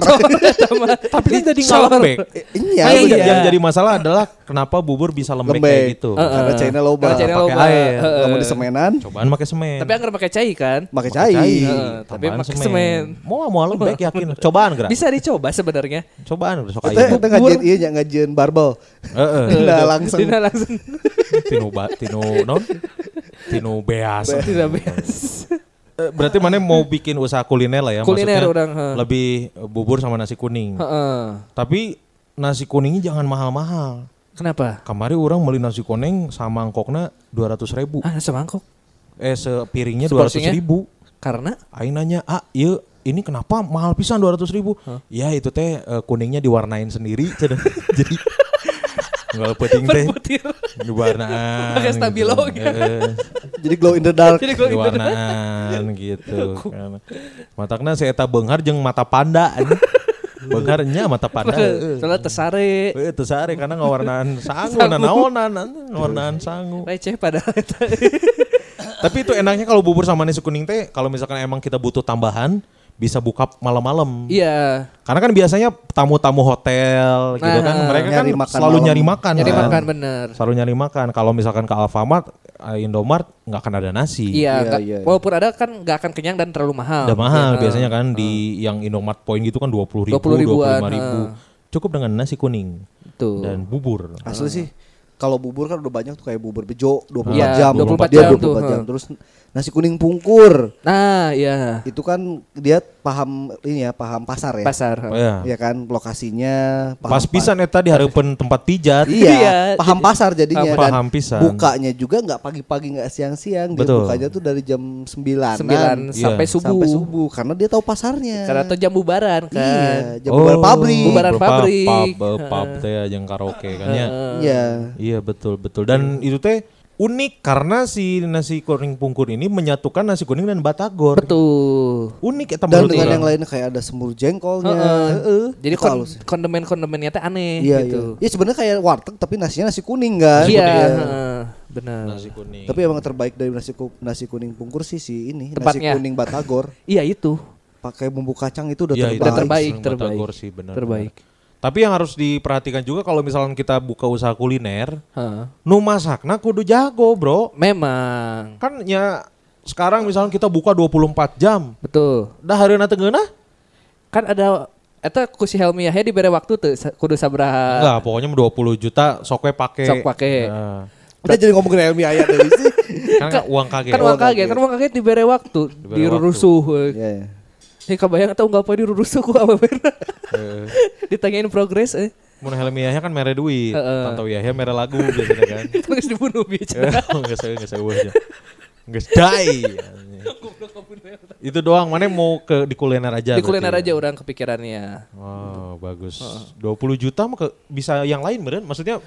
<laughs>
Tapi kan jadi nggak
Cor.
lembek.
Iya,
Nah, yang,
udah.
iya.
yang jadi masalah adalah kenapa bubur bisa lembek, kayak
Lembek.
gitu.
Heeh. Karena China loba.
Karena China
Pakai
loba.
air.
Heeh.
Kamu di semenan,
Cobaan make semen.
Tapi anggar pakai cai kan?
pakai
Make
cai.
Heeh, tapi
Tambahan
make semen.
Mau mau lembek yakin. Cobaan gerak.
Bisa dicoba sebenarnya.
Cobaan sok
Kita
aing.
kita ngajian iya nya, ngajian barbel. <laughs>
Heeh.
Nah, langsung
Dina
<laughs>
langsung
Tino ba, Tino non, Tino beas.
tidak beres.
Eh, Berarti mana mau bikin usaha kuliner lah ya?
Kuliner
maksudnya
orang, ha.
lebih eh, bubur sama nasi kuning.
Heeh.
Tapi nasi kuningnya jangan mahal-mahal.
Kenapa?
Kemarin orang beli nasi kuning sama mangkoknya dua ratus ribu.
Ah, semangkok.
Eh sepiringnya dua ratus
Seporsinya?
ribu.
Karena
Aing nanya, ah iya ini kenapa mahal pisan dua ratus ribu? Ya itu teh eh, kuningnya diwarnain sendiri, <laughs> cenah. jadi nggak penting teh
butir.
diwarnain.
Pakai stabilo gitu.
Eh,
jadi glow in the
<laughs>
dark.
Jadi
Di
kalau itu
warnaan Eh, gitu kan. Matakna si eta beunghar jeung mata panda anjing.
<laughs>
Beunghar nya mata panda. Heeh.
soalnya tesare
Heuh, teu sare Oh, iya, karena Nah,
<laughs>
<laughs> ngawarnaan sangu na naonan anjing, ngawarnaan sangu.
receh padahal eta.
Tapi itu enaknya kalau bubur sama nasi kuning teh kalau misalkan emang kita butuh tambahan bisa buka malam-malam.
Iya.
Karena kan biasanya tamu-tamu hotel gitu
Nah,
kan mereka kan
nyari makan
selalu
malam.
nyari makan.
Nyari
kan.
makan bener.
Selalu nyari makan. Kalau misalkan ke Alfamart, eh, Indomart nggak akan ada nasi.
Iya,
Iya,
nggak-
iya, iya.
walaupun ada kan nggak akan kenyang dan terlalu mahal.
Udah mahal
Iya.
biasanya kan di yang Indomart poin gitu kan 20 ribu,
20 ribuan,
25 ribu.
ah.
Cukup dengan nasi kuning
Tuh.
dan bubur.
Ah,
Asli sih kalau bubur kan udah banyak tuh kayak bubur bejo 24
Iya,
jam,
24
dia
jam
24
tuh,
jam.
ha.
Terus nasi kuning pungkur.
Nah, iya.
Itu kan dia paham ini ya, paham pasar ya.
Pasar.
Ya.
Iya kan lokasinya paham
Pas
pa-
pisan eta di harapan tempat pijat.
Iya,
<laughs> Iya, paham pasar jadinya
paham
dan
pisan.
bukanya juga nggak pagi-pagi nggak siang-siang, dia
Betul.
bukanya tuh dari jam 9
Sembilan sampai
Iya.
subuh.
sampai subuh karena dia tahu pasarnya.
Karena itu jam bubaran kan.
Iya, jam bubar
Oh.
pabrik.
Bubaran
Pub-
pabrik.
Pub, eh,
<laughs>
pub teh yang karaoke kan ya.
Iya.
Iya betul betul dan itu
Iya.
teh unik karena si nasi kuning pungkur ini menyatukan nasi kuning dan batagor.
Betul.
Unik ya eta
Dan
menurut
dengan
orang.
yang lainnya kayak ada semur jengkolnya.
Heeh.
Iya. Heeh.
Jadi
Itu
kon-
halus.
kondemen-kondemennya teh aneh
Iya, iya.
gitu.
Ya sebenarnya kayak warteg tapi nasinya nasi kuning kan.
Iya, heeh, benar.
nasi kuning.
Tapi emang terbaik dari nasi ku- nasi kuning pungkur sih si ini
Tempatnya.
nasi kuning Batagor
Iya itu.
pakai bumbu kacang itu udah
Iya,
terbaik.
itu
terbaik,
kuning
terbaik.
Batagor sih benar.
Terbaik.
benar. Tapi yang harus diperhatikan juga kalau misalnya kita buka usaha kuliner,
Heeh.
nu masakna kudu jago, Bro.
Memang.
Kan ya sekarang misalnya kita buka 24 jam,
Betul.
dah hareuna teu ngeunah?
Kan ada eta ku si Helmi Yahya dibere waktu tuh kudu sabraha.
Enggak, pokoknya 20 juta sokwe pake.
Ah. Sok pake.
Nah.
Udah jadi ngomongin Elmi Ayat dari
<laughs>
sih.
Kan nggak uang kaget.
Kan uang kaget, kan uang kaget dibere waktu,
Dibere
dirurusuh.
Iya, iya.
Ini kebayang atau enggak apa dirurusuh ku apa bener.
Eh.
<laughs> Ditanyain progres
<laughs>
eh.
Mun Helmi Yahya kan mere duit,
Heeh.
Tantowi Yahya mere lagu biasanya kan. <laughs>
Kan geus dibunuh bicara.
Enggak saya enggak saya aja. Enggak die. Itu doang, mana mau ke di kuliner aja.
Di kuliner
berarti
aja
ya?
orang kepikirannya.
Wow, bagus. 20 juta mah ke- bisa yang lain beren. Maksudnya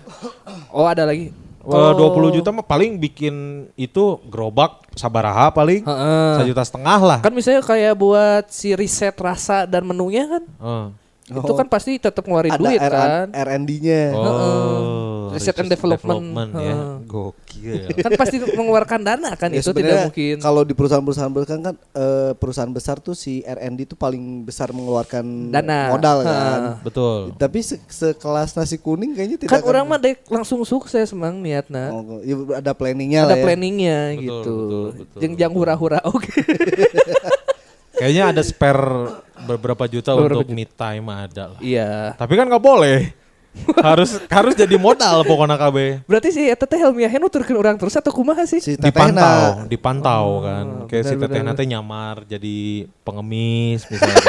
Oh, ada lagi.
eh, 20
Oh.
juta mah paling bikin itu gerobak sabaraha paling.
Heeh.
Satu juta setengah lah.
Kan misalnya kayak buat si riset rasa dan menunya kan.
Heeh.
Oh.
Itu kan pasti tetap ngeluarin duit kan.
R&D-nya.
Oh,
Research and development.
ya.
Heeh.
Gokil.
Kan pasti mengeluarkan dana kan
Ya
itu
sebenarnya
tidak mungkin.
Kalau di perusahaan-perusahaan besar kan kan eh, perusahaan besar tuh si R&D tuh paling besar mengeluarkan
Dana.
modal
Ha.
kan.
Betul.
Tapi se- sekelas nasi kuning kayaknya tidak
Kan
akan-
orang mah dek langsung sukses mang niatna.
Oh, ya, ada planningnya lah
Ada
ya.
planningnya
Betul,
gitu.
betul, betul.
Jeng jang hura-hura oke.
<laughs> Kayaknya ada spare beberapa juta
Beberapa
untuk me time ada lah.
Iya.
Tapi kan nggak boleh. harus harus jadi modal pokoknya KB.
Berarti si eta teh Helmi Yahya nuturkeun urang terus atau kumaha sih?
Si Tetehna.
Dipantau, dipantau kan. Kayak si
Oh, benar,
Teteh
benar.
nanti nyamar jadi pengemis misalnya.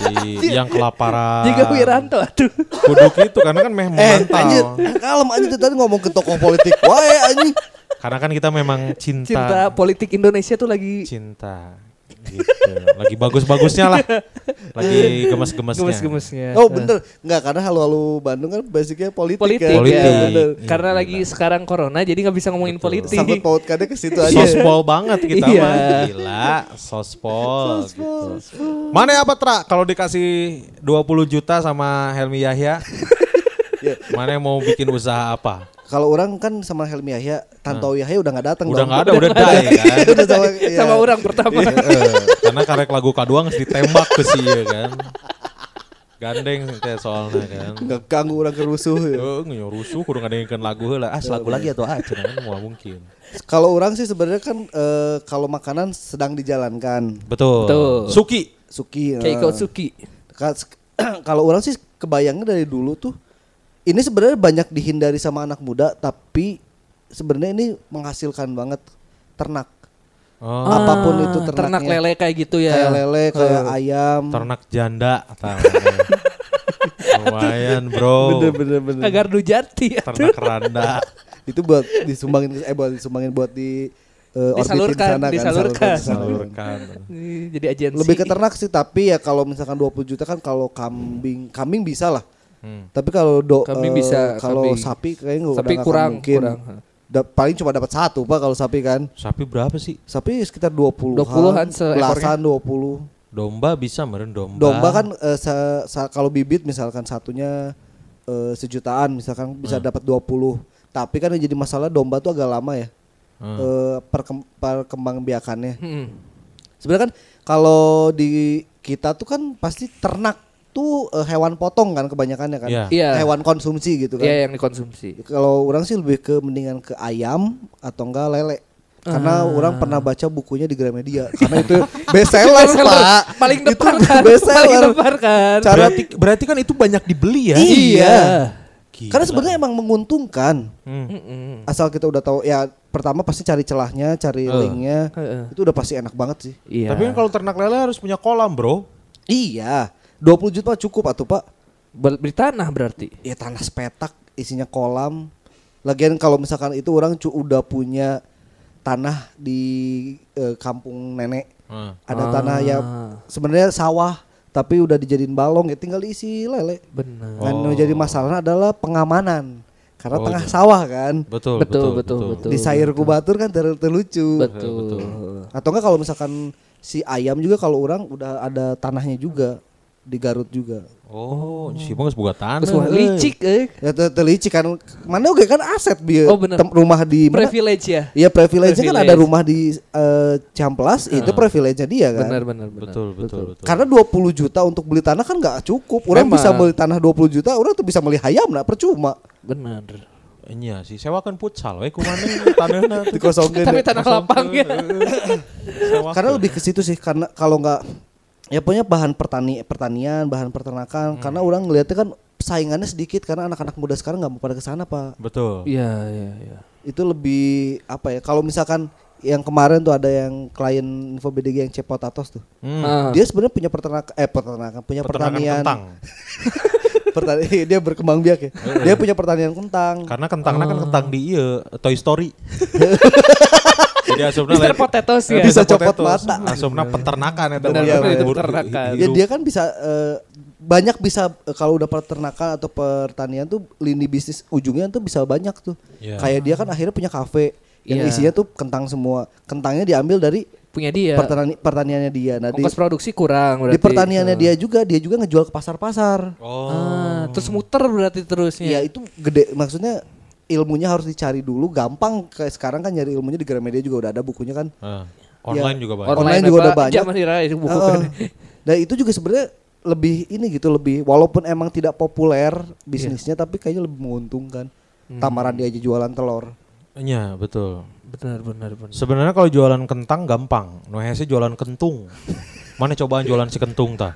jadi yang kelaparan.
Ah.
Jika Wiranto aduh.
Kudu gitu karena kan memang
Eh,
mantau.
anjir, kalem anjir tuh tadi ngomong ke tokoh politik. ya, Wae anjir.
Karena kan kita memang cinta. Cinta.
Cinta politik Indonesia tuh lagi
Gitu. Lagi bagus-bagusnya lah. Lagi gemes-gemesnya. Iya.
gemes-gemesnya.
Oh bener, nggak karena halu-halu Bandung kan basicnya politik,
politik,
kan.
Politik.
ya,
Iya, bener.
Iya,
karena
bener.
lagi sekarang corona jadi nggak bisa ngomongin politik <laughs>
Sangkut pautkannya ke situ aja.
Sospol banget kita
Iya.
mah. Gila, sospol. gitu. Mana apa Tra? Kalau dikasih 20 juta sama Helmi Yahya,
Iya.
mana mau bikin usaha apa?
Kalau orang kan sama Helmi Yahya, Tantowi Yahya udah nggak datang.
Nah. Udah
dong.
nggak ada, udah die kan.
<laughs> udah sama, iya.
sama orang pertama
Heeh, Karena karek lagu kaduang harus ditembak ke si ieu kan. Gandeng teh soalnya kan.
ngeganggu orang kerusuh. ya.
Heeh, nyurusuh kudu ngadengkeun lagu heula. Ah, lagu lagi atau ah, cenah kan moal mungkin.
Kalau orang sih sebenarnya kan eh, kalau makanan sedang dijalankan,
Betul.
Betul.
Suki.
Suki. eh,
Keiko Suki
Ka- <clears throat> kalau orang sih kebayangnya dari dulu tuh ini sebenarnya banyak dihindari sama anak muda tapi sebenarnya ini menghasilkan banget ternak
Oh,
apapun
Ah,
itu ternaknya
ternak lele kayak gitu ya
kayak lele kayak ayam <laughs>
ternak janda atau lumayan bro
bener bener
Kagardu Jati atuh.
ternak randa
itu buat disumbangin ke- eh buat disumbangin buat di eh, orbitin
Disalurkan,
sana kan,
disalurkan.
salurkan sana.
salurkan
Ih, <laughs> jadi agensi
lebih ke ternak sih tapi ya kalau misalkan 20 juta kan kalau kambing kambing bisa lah
Hmm.
tapi kalau do
Kambing
eh,
bisa,
kalau
kambing.
sapi kayaknya udah
Sapi
nggak akan
kurang,
mungkin.
kurang.
Da- paling cuma dapat satu pak kalau sapi kan
sapi berapa sih
sapi sekitar 20
20-an seekornya.
belasan 20
domba bisa meren domba
domba kan eh, se- sa- kalau bibit misalkan satunya eh, sejutaan misalkan bisa dapat 20 tapi kan yang jadi masalah domba tuh agak lama ya eh, perkem- perkembangbiakannya.
Mm-mm.
Sebenarnya kan kalau di kita tuh kan pasti ternak tuh eh, hewan potong kan kebanyakannya kan.
Iya.
Iya.
Hewan konsumsi gitu kan.
Iya yang dikonsumsi.
Kalau orang sih lebih ke mendingan ke ayam atau enggak lele. Karena orang pernah baca bukunya di Gramedia karena itu <laughs> best seller,
Best seller.
Pak.
Paling
Itu
depan kan.
best
Paling
seller.
depan kan.
Cara-
Berarti berarti kan itu banyak dibeli ya.
Iya.
Gila.
Karena sebenarnya emang menguntungkan.
Hmm.
Mm-mm.
Asal kita udah tahu ya pertama pasti cari celahnya, cari linknya.
Heeh.
Itu udah pasti enak banget sih.
Iya.
Tapi kan kalau ternak lele harus punya kolam, Bro.
Iya. 20 juta cukup atuh, Pak.
Ber- beli tanah berarti.
Ya tanah sepetak isinya kolam. Lagian kalau misalkan itu orang cu- udah punya tanah di eh, kampung nenek. Ada
Ah.
tanah ya sebenarnya sawah tapi udah dijadiin balong ya tinggal diisi lele.
Benar.
Dan yang
Oh.
jadi masalah adalah pengamanan. Karena
Oh,
tengah sawah kan.
Betul,
Betul, betul, iya. betul.
di sayur kubatur kan ter- terlucu.
Betul.
Atau enggak kalau misalkan si ayam juga kalau orang udah ada tanahnya juga di Garut juga.
Oh, si Bang geus boga tanah.
Terus wah,
euy.
licik eh? euy.
Ya ter- terlicik kan mana oke kan aset bieu
Oh, bener.
Tem- rumah di mana?
Privilege ya.
Iya privilege kan ada
Privilege. Ah.
rumah di eh, Ciamplas itu privilege dia kan.
Benar benar benar.
Betul, betul, betul.
Karena 20 juta untuk beli tanah kan nggak cukup. Orang
Memang.
bisa beli tanah 20 juta, orang tuh bisa beli hayam lah
<laughs>
percuma.
Benar.
Iya sih, sewakan futsal we kumana tanahna.
Dikosongkeun.
Tapi tanah lapang ya.
Sewakeun.
Karena lebih ke situ sih karena kalau nggak ya punya bahan pertani pertanian, bahan
Hmm.
peternakan karena orang ngeliatnya kan saingannya sedikit karena anak-anak muda sekarang nggak mau pada ke sana, Pak.
betul.
Iya iya iya.
Itu lebih apa ya? Kalau misalkan yang kemarin tuh ada yang klien Info BDG yang Cepotatos tuh.
Hmm.
Ah.
Dia sebenarnya punya peternakan eh peternakan, punya
Peternakan
pertanian. <laughs>
kentang. Iya.
Pertanian <laughs> dia berkembang biak ya. Dia punya pertanian kentang.
Karena kentangnya
Oh.
kan kentang di ieu Toy Story. <laughs> Jadi asupna
Mister
lain-
Potatoes
Eh,
ya.
Bisa
Mr.
copot
Potatoes.
mata.
Asupna peternakan ya, eta
Benar,
mah.
benar, itu
Hidup-
peternakan.
Ya
hidup.
dia kan bisa eh, banyak bisa eh, kalau udah peternakan atau pertanian tuh lini bisnis ujungnya tuh bisa banyak tuh.
Iya.
Kayak dia kan akhirnya punya kafe yang
Iya.
isinya tuh kentang semua. Kentangnya diambil dari
Punya dia.
pertani- pertaniannya dia. Nah, di,
Iya. Ongkos produksi kurang berarti. Iya.
di pertaniannya dia juga dia juga ngejual ke pasar-pasar.
Oh.
Ah, terus muter berarti
Ya
terusnya.
itu gede maksudnya ilmunya harus dicari dulu gampang kayak sekarang kan nyari ilmunya di Gramedia juga udah ada bukunya kan.
Ah. Online juga banyak.
Online juga
apa,
udah banyak.
Zaman Hira itu buku
Heeh.
kan.
Nah itu juga sebenarnya lebih ini gitu lebih walaupun emang tidak populer bisnisnya tapi kayaknya lebih menguntungkan.
Hmm.
Tamaran dia aja jualan telur.
Iya, betul.
Benar benar benar.
Sebenarnya kalau jualan kentang gampang. Nu hese jualan kentung. Mana cobaan jualan si kentung tah?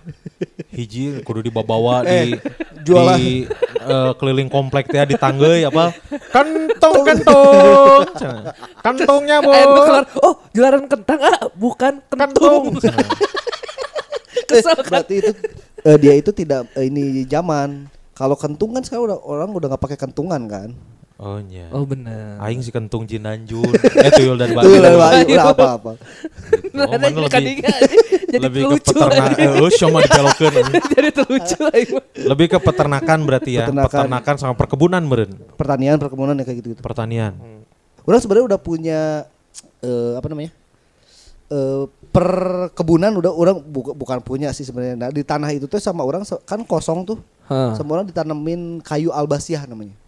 Hiji kudu dibawa di
jualan.
di eh, keliling komplek teh di tanggeuy apa? Kentung kentung. Cenah. Kentungnya, Bu.
Eh, lu kelar, oh gelaran kentang ah bukan kentung.
Kentung. Nah, Cenah.
<laughs> <laughs> Kesel
Eh,
kan?
Berarti itu eh, dia itu tidak eh, ini zaman. Kalau kentung kan sekarang udah, orang udah nggak pakai kentungan kan.
Oh nya.
Oh benar.
Aing si kentung Jinanjun. Eh tuyul dan
Itu
Bayu.
udah Iya, udah apa-apa.
Oh,
Nah,
mana
ini
lebih
kadingan,
<laughs>
jadi
lebih ke
lucu
peternak.
aja.
Eh, usah mah dipelokeun.
<laughs> jadi terlucu aing mah.
Lebih ke peternakan berarti ya.
Peternakan.
Peternakan sama perkebunan meureun.
Pertanian perkebunan ya kayak gitu-gitu.
Pertanian.
Orang sebenarnya udah punya eh, apa namanya? Eh, perkebunan udah orang buka- bukan punya sih sebenarnya. Nah, di tanah itu tuh sama orang se- kan kosong tuh.
Ah.
Hah.
Semua orang ditanemin kayu albasiah namanya.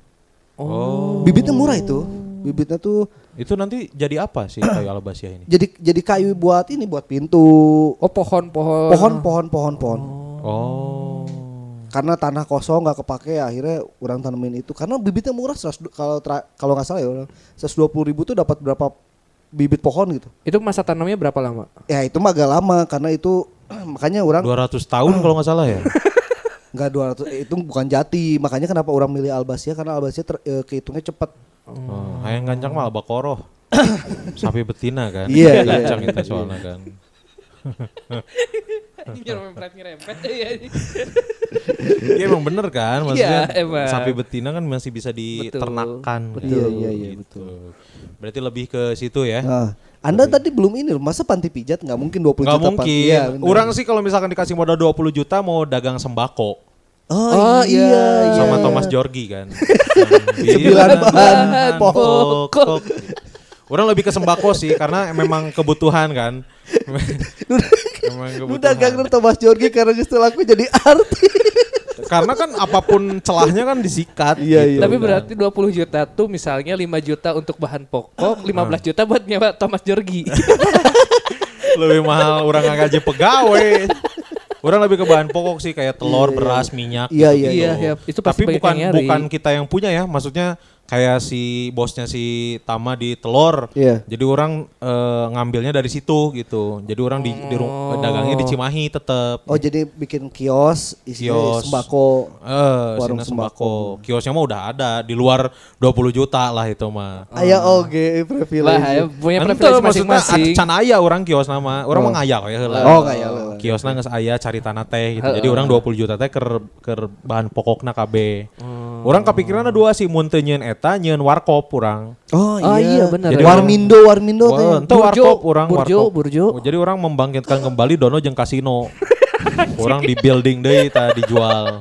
Oh.
Bibitnya murah itu. Bibitnya tuh
Itu nanti jadi apa <coughs> sih kayu alabasia ini?
jadi jadi kayu buat ini buat pintu.
Oh pohon-pohon.
Pohon pohon pohon pohon.
Ah. Oh.
Karena tanah kosong nggak kepake akhirnya orang tanemin itu karena bibitnya murah 100 kalau tra- kalau nggak salah ya orang 120 ribu tuh dapat berapa bibit pohon gitu.
Itu masa tanamnya berapa lama?
Ya itu mah agak lama karena itu <clears throat> makanya orang
200 Oh. tahun kalau nggak salah ya.
nggak 200 eh, itu bukan jati makanya kenapa orang milih albasia karena albasia ter- eh, kehitungnya cepet
Oh, hayang gancang mah <coughs> albakoroh. Sapi betina kan.
Iya, iya,
Gancang
iya,
itu soalnya kan.
Ini nyerempet nyerempet ya.
Iya emang bener kan maksudnya
Iya, emang.
sapi betina kan masih bisa diternakan.
Betul,
kan?
iya, iya, iya,
Gitu. Berarti lebih ke situ ya.
Nah, anda tadi belum ini loh, masa panti pijat nggak mungkin 20
Nggak
juta pan-
mungkin.
Iya, bener.
Orang sih kalau misalkan dikasih modal 20 juta mau dagang sembako
oh,
Oh,
iya,
iya,
iya.
sama
<laughs>
Thomas Jorgi kan. Sembilan
bahan pokok.
pokok. Orang lebih ke sembako sih karena memang kebutuhan
<laughs>
kan. memang
Lu dagang dan Thomas Jorgi karena justru aku jadi <laughs> artis.
Karena kan apapun celahnya kan disikat.
Iya, iya.
Tapi
kan.
berarti 20 juta tuh misalnya 5 juta untuk bahan pokok, 15 juta buat nyewa Thomas <laughs> Jorgi.
iya.
lebih mahal orang nggak gaji
<laughs>
pegawai. Orang lebih ke bahan pokok sih kayak telur,
Iya, iya.
beras, minyak.
Iya,
gitu-gitu.
iya, iya. Itu pasti
Gitu. Tapi
banyak
bukan
yang nyari.
bukan kita yang punya ya. Maksudnya kayak si bosnya si Tama di telur.
Iya.
Jadi orang eh, ngambilnya dari situ gitu. Jadi orang di, di
Oh.
ru- dagangnya di Cimahi tetap.
Oh jadi bikin kios isinya
Kios.
sembako.
Eh,
Warung
warung sembako. Kiosnya mah udah ada di luar 20 juta lah itu mah.
Oh.
Aya oge privilege.
lah, ya, punya
Ente,
privilege
maksudnya
masing-masing.
ad- can aya orang kios nama. Orang mah ngaya ya heula.
Oh, ngaya heula.
Kiosna geus aya caritana teh gitu. Jadi orang 20 juta teh ker ker bahan pokokna KB.
Oh.
Orang kepikiranna dua sih mun teu nyeun eta nyeun warkop urang.
Oh iya,
Oh, iya, bener.
Jadi
Jadi
Warmindo, Warmindo teh.
Wah, ente
Burjo,
warkop orang
burjo,
warkop.
burjo.
Oh, Jadi orang membangkitkan kembali Dono jeung
<laughs>
kasino. orang di building deui tah dijual.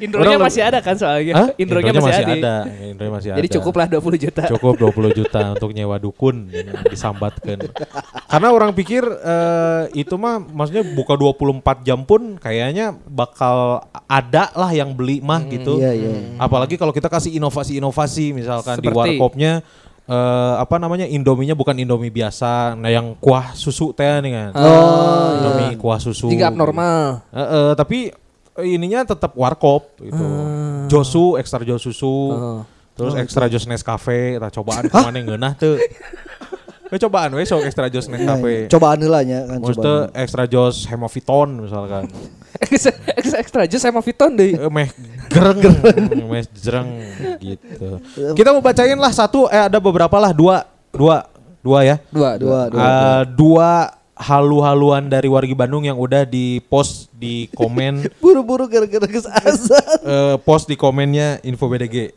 Indronya
Orang
masih ada kan soalnya.
Hah?
Indronya, masih, ada.
Iya, Indronya masih
Jadi
ada.
cukuplah 20 juta.
Cukup 20 juta untuk nyewa dukun disambatkan. Karena orang pikir eh, itu mah maksudnya buka 24 jam pun kayaknya bakal ada lah yang beli mah gitu.
iya, iya.
Apalagi kalau kita kasih inovasi-inovasi misalkan di
Seperti?
warkopnya eh, apa namanya Indominya bukan Indomie biasa, nah yang kuah susu teh nih kan.
Oh,
Indomie kuah susu.
Tiga <laughs> abnormal.
Eh, eh, tapi eh, ininya tetap warkop gitu. Josu, ekstra jos susu. Terus ekstra jos Nescafe, kita cobaan kemana yang ngeunah tuh. Kita cobaan we sok ekstra jos
Nah,
Nescafe.
Cobaan heula nya kan
ya? Maksudnya ekstra jos hemoviton misalkan.
Extra, extra jus sama Viton deh.
Eh, meh gereng, meh jereng gitu. Kita mau bacain lah satu, eh ada beberapa lah, dua, dua, dua ya.
Dua, dua.
Dua, dua.
Eh, dua halu-haluan dari wargi Bandung yang udah di post di komen
Buru-buru gara-gara geus azan.
eh post di komennya info BDG.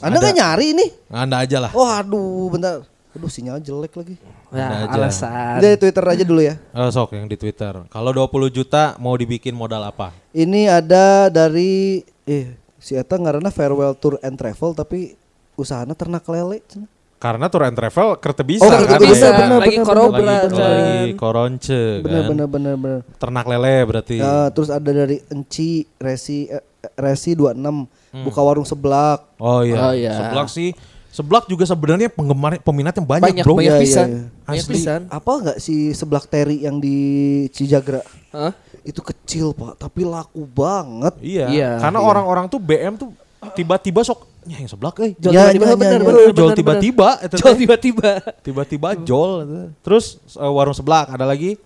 Anda kan nyari ini.
Anda aja lah.
Oh aduh bentar. Aduh sinyal jelek lagi.
Ada
Ya,
aja.
alasan.
Dari Twitter aja dulu ya.
Eh, sok yang di Twitter. Kalau 20 juta mau dibikin modal apa?
Ini ada dari eh si eta ngaranna farewell tour and travel tapi usahana ternak lele. cenah.
Karena tour and travel kerte bisa
Oh,
Nggak
kerte
kan,
bisa,
bisa,
ya.
bener,
lagi
bener,
korobra
Lagi,
kan.
lagi koronce
Bener
kan. Iya.
bener bener bener.
Ternak lele berarti.
Ya, terus ada dari Enci Resi eh, Resi 26
Hmm.
buka warung seblak.
Oh iya.
Oh, iya.
Seblak sih. Seblak juga sebenarnya penggemar peminatnya banyak,
Banyak,
Bro.
banyak
Iya, iya,
pisan.
iya.
Banyak
Asli.
pisan.
Apa enggak si seblak teri yang di Cijagra?
Hah?
Itu kecil, Pak, tapi laku banget.
Iya.
Iya.
Karena orang-orang tuh BM tuh tiba-tiba sok "Nya, yang seblak eh." euy.
Jual
Ya,
tiba-tiba,
ya, ya,
bener,
ya.
bener,
Jual
bener,
tiba-tiba,
bener.
itu
<laughs> Jual
teh.
tiba-tiba.
Tiba-tiba jol. Terus eh, warung seblak ada lagi?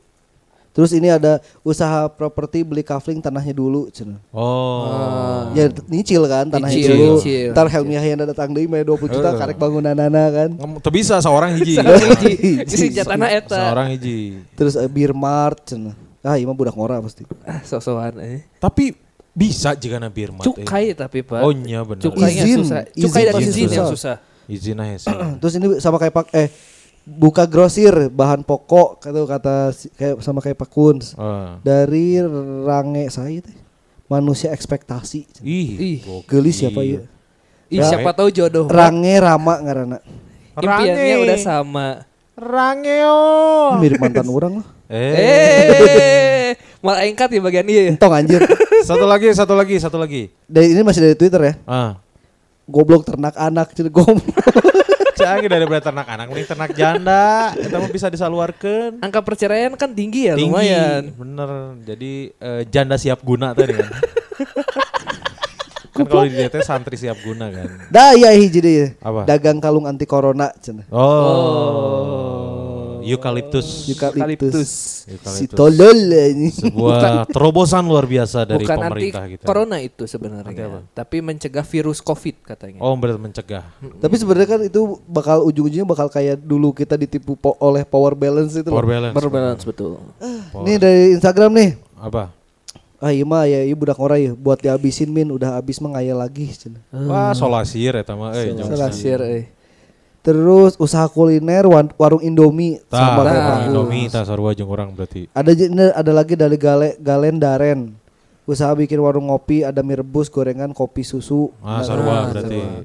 Terus ini ada usaha properti beli kafling tanahnya dulu, cenah.
Oh.
Ya nyicil kan tanahnya
Ah. Nyicil,
dulu.
nyicil. Ah.
Ntar Helmi Hayyana datang deui maya 20 juta karek bangunanana kan.
Ngem- Teu bisa seorang hiji. <laughs>
Hiji, si jatana eta.
Iya. seorang hiji.
Terus eh, Beer Mart cenah. Ah, ieu mah budak ngora pasti.
Ah, Sok-sokan eh.
Tapi bisa jika eh. na birmat.
Cukai tapi,
Oh
Pak.
iya benar. iya.
Cukainya
Izin.
susah.
Izin
Cukai dan
pasti
izin yang susah.
susah.
Izin aja sih.
Terus ini sama kayak pak eh buka grosir bahan pokok kata kata si- kayak sama kayak Pak Kuns.
Ah.
Eh.
Dari Range saya teh manusia ekspektasi.
Ih,
Ih,
gokil.
Gelis siapa ya?
Ih, siapa tahu jodoh.
Range Rama ngarana.
Impiannya
Range.
udah sama.
Rangeo.
Mirip
Oh. <laughs>
mantan orang lah.
Eh,
Eh, <laughs> malah engkat di bagian iya.
Entong anjir.
satu lagi, satu lagi, satu lagi.
Dari ini masih dari Twitter ya.
Ah.
Goblok ternak anak jadi goblok. <laughs>
Canggih dari ternak anak, mending ternak janda. Kita mah bisa disaluarkan.
Angka perceraian kan tinggi ya,
Tinggi.
lumayan.
Bener. Jadi eh, janda siap guna tadi kan. kan kalau di DT santri siap guna kan.
Dah iya hiji deui.
Apa?
Dagang kalung anti corona cenah.
Oh. Eukaliptus.
Eukaliptus.
Eukaliptus. Si
Eukaliptus.
tolol eh, ini.
sebuah terobosan luar biasa dari
Bukan anti
pemerintah gitu ya. kita.
corona itu sebenarnya, tapi mencegah virus COVID katanya.
Oh, berarti mencegah.
Tapi sebenarnya kan itu bakal ujung-ujungnya bakal kayak dulu kita ditipu po- oleh power balance itu.
Power
loh.
balance.
Berbalance betul.
Nih dari Instagram nih.
Apa?
Ah iya mah ya iya budak ngora ya buat dihabisin min udah habis mah ngaya lagi. cenah.
Wah, ya, solasir eta mah euy. Jong.
Selasir, eh.
Terus usaha kuliner wan- warung Indomie
Tah,
sama kayak
orang
Pak Gus.
Indomie tah sarua jeung urang berarti.
Ada j- ini ada lagi dari Gale, Galen Daren.
Ah,
Usaha bikin warung ngopi, ada mie rebus, gorengan, kopi, susu. Nah,
Ah, sarua berarti.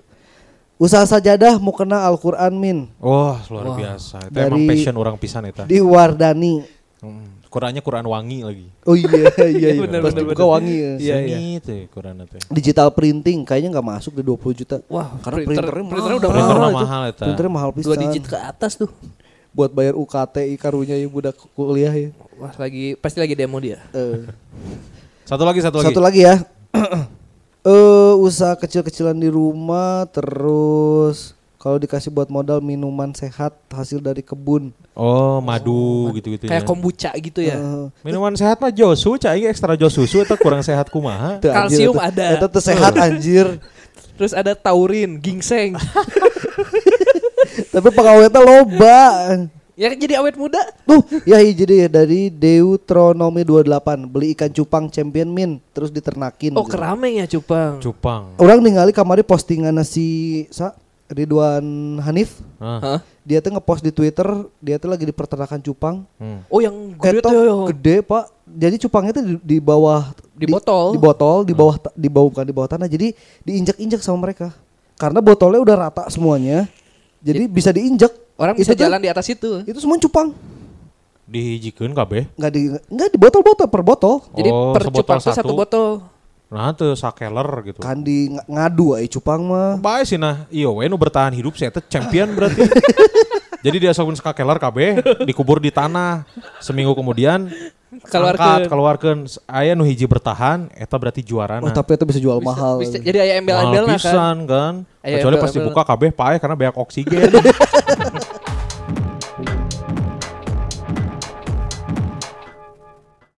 Usaha sajadah mau kena Al-Qur'an min
Wah luar biasa. Itu emang
Dari-
passion orang pisan eta.
di Wardani.
Hmm. Qurannya Quran wangi lagi.
Oh iya
<laughs>
iya iya.
Bener,
Pasti
bener,
buka
bener.
wangi ya.
Iya, iya.
Seni teh Quran teh.
Digital printing kayaknya nggak masuk di 20 juta.
Wah,
Karena
printer-
printernya mahal.
printernya udah
Printer
mahal
mah
itu.
mahal eta.
Printernya mahal pisan.
Dua digit ke atas tuh.
buat bayar UKT ikarunya yang budak kuliah ya.
Wah, lagi pasti lagi demo dia.
Eh.
Satu lagi satu lagi.
Satu lagi ya. <clears throat> Eh usaha kecil-kecilan di rumah terus kalau dikasih buat modal minuman sehat hasil dari kebun.
Oh madu gitu-gitu
Kayak
ya.
kombucha gitu ya.
Eh,
Minuman sehat mah Josu, cai ekstra Josu susu eta kurang sehat kumaha.
teu Eh, anjir,
Kalsium
eta-
ada.
Eta teu
<laughs>
sehat anjir.
Terus ada taurin, ginseng.
Tapi pengawetnya loba.
ya jadi awet muda.
Tuh, ya iya, jadi ya dari Deuteronomi 28 beli ikan cupang champion min terus diternakin.
Oh, kerameng ya cupang.
Cupang.
Orang ningali kamari postingan si sa Ridwan Hanif.
Ah.
Hah?
Dia tuh ngepost di Twitter, dia tuh lagi di peternakan cupang.
Hmm.
Oh, yang gede
Eta
tuh. yo.
gede pak. Jadi cupangnya tuh di, di bawah
Di botol. Hmm.
di botol, di bawah, ta- di bawah bukan di bawah tanah. Jadi diinjak-injak sama mereka. Karena botolnya udah rata semuanya. Jadi bisa diinjak.
Orang
Itu
bisa
tuh-
jalan di atas itu.
Itu semua cupang.
Dihijikeun kabeh.
Nggak di nggak di botol-botol per botol.
Jadi
Oh,
per
sebotol
cupang tuh satu
satu.
botol.
Nah teu sakeler gitu.
Kan di ng- ngadu ay cupang mah.
Bae sih nah, iya we nu bertahan hidup saya teh champion berarti. Jadi dia sabun sekakelar kabeh dikubur di tanah. Seminggu kemudian
Keluarkeun.
angkat, keluarkeun aya nu hiji bertahan eta berarti juara
Oh, tapi itu bisa jual mahal. <laughs>
Bisa, jadi ayah embel-embel
Mahal
lah kan.
pisan kan.
Aya
Kecuali pas
embel-embel.
dibuka kabeh pae karena banyak oksigen.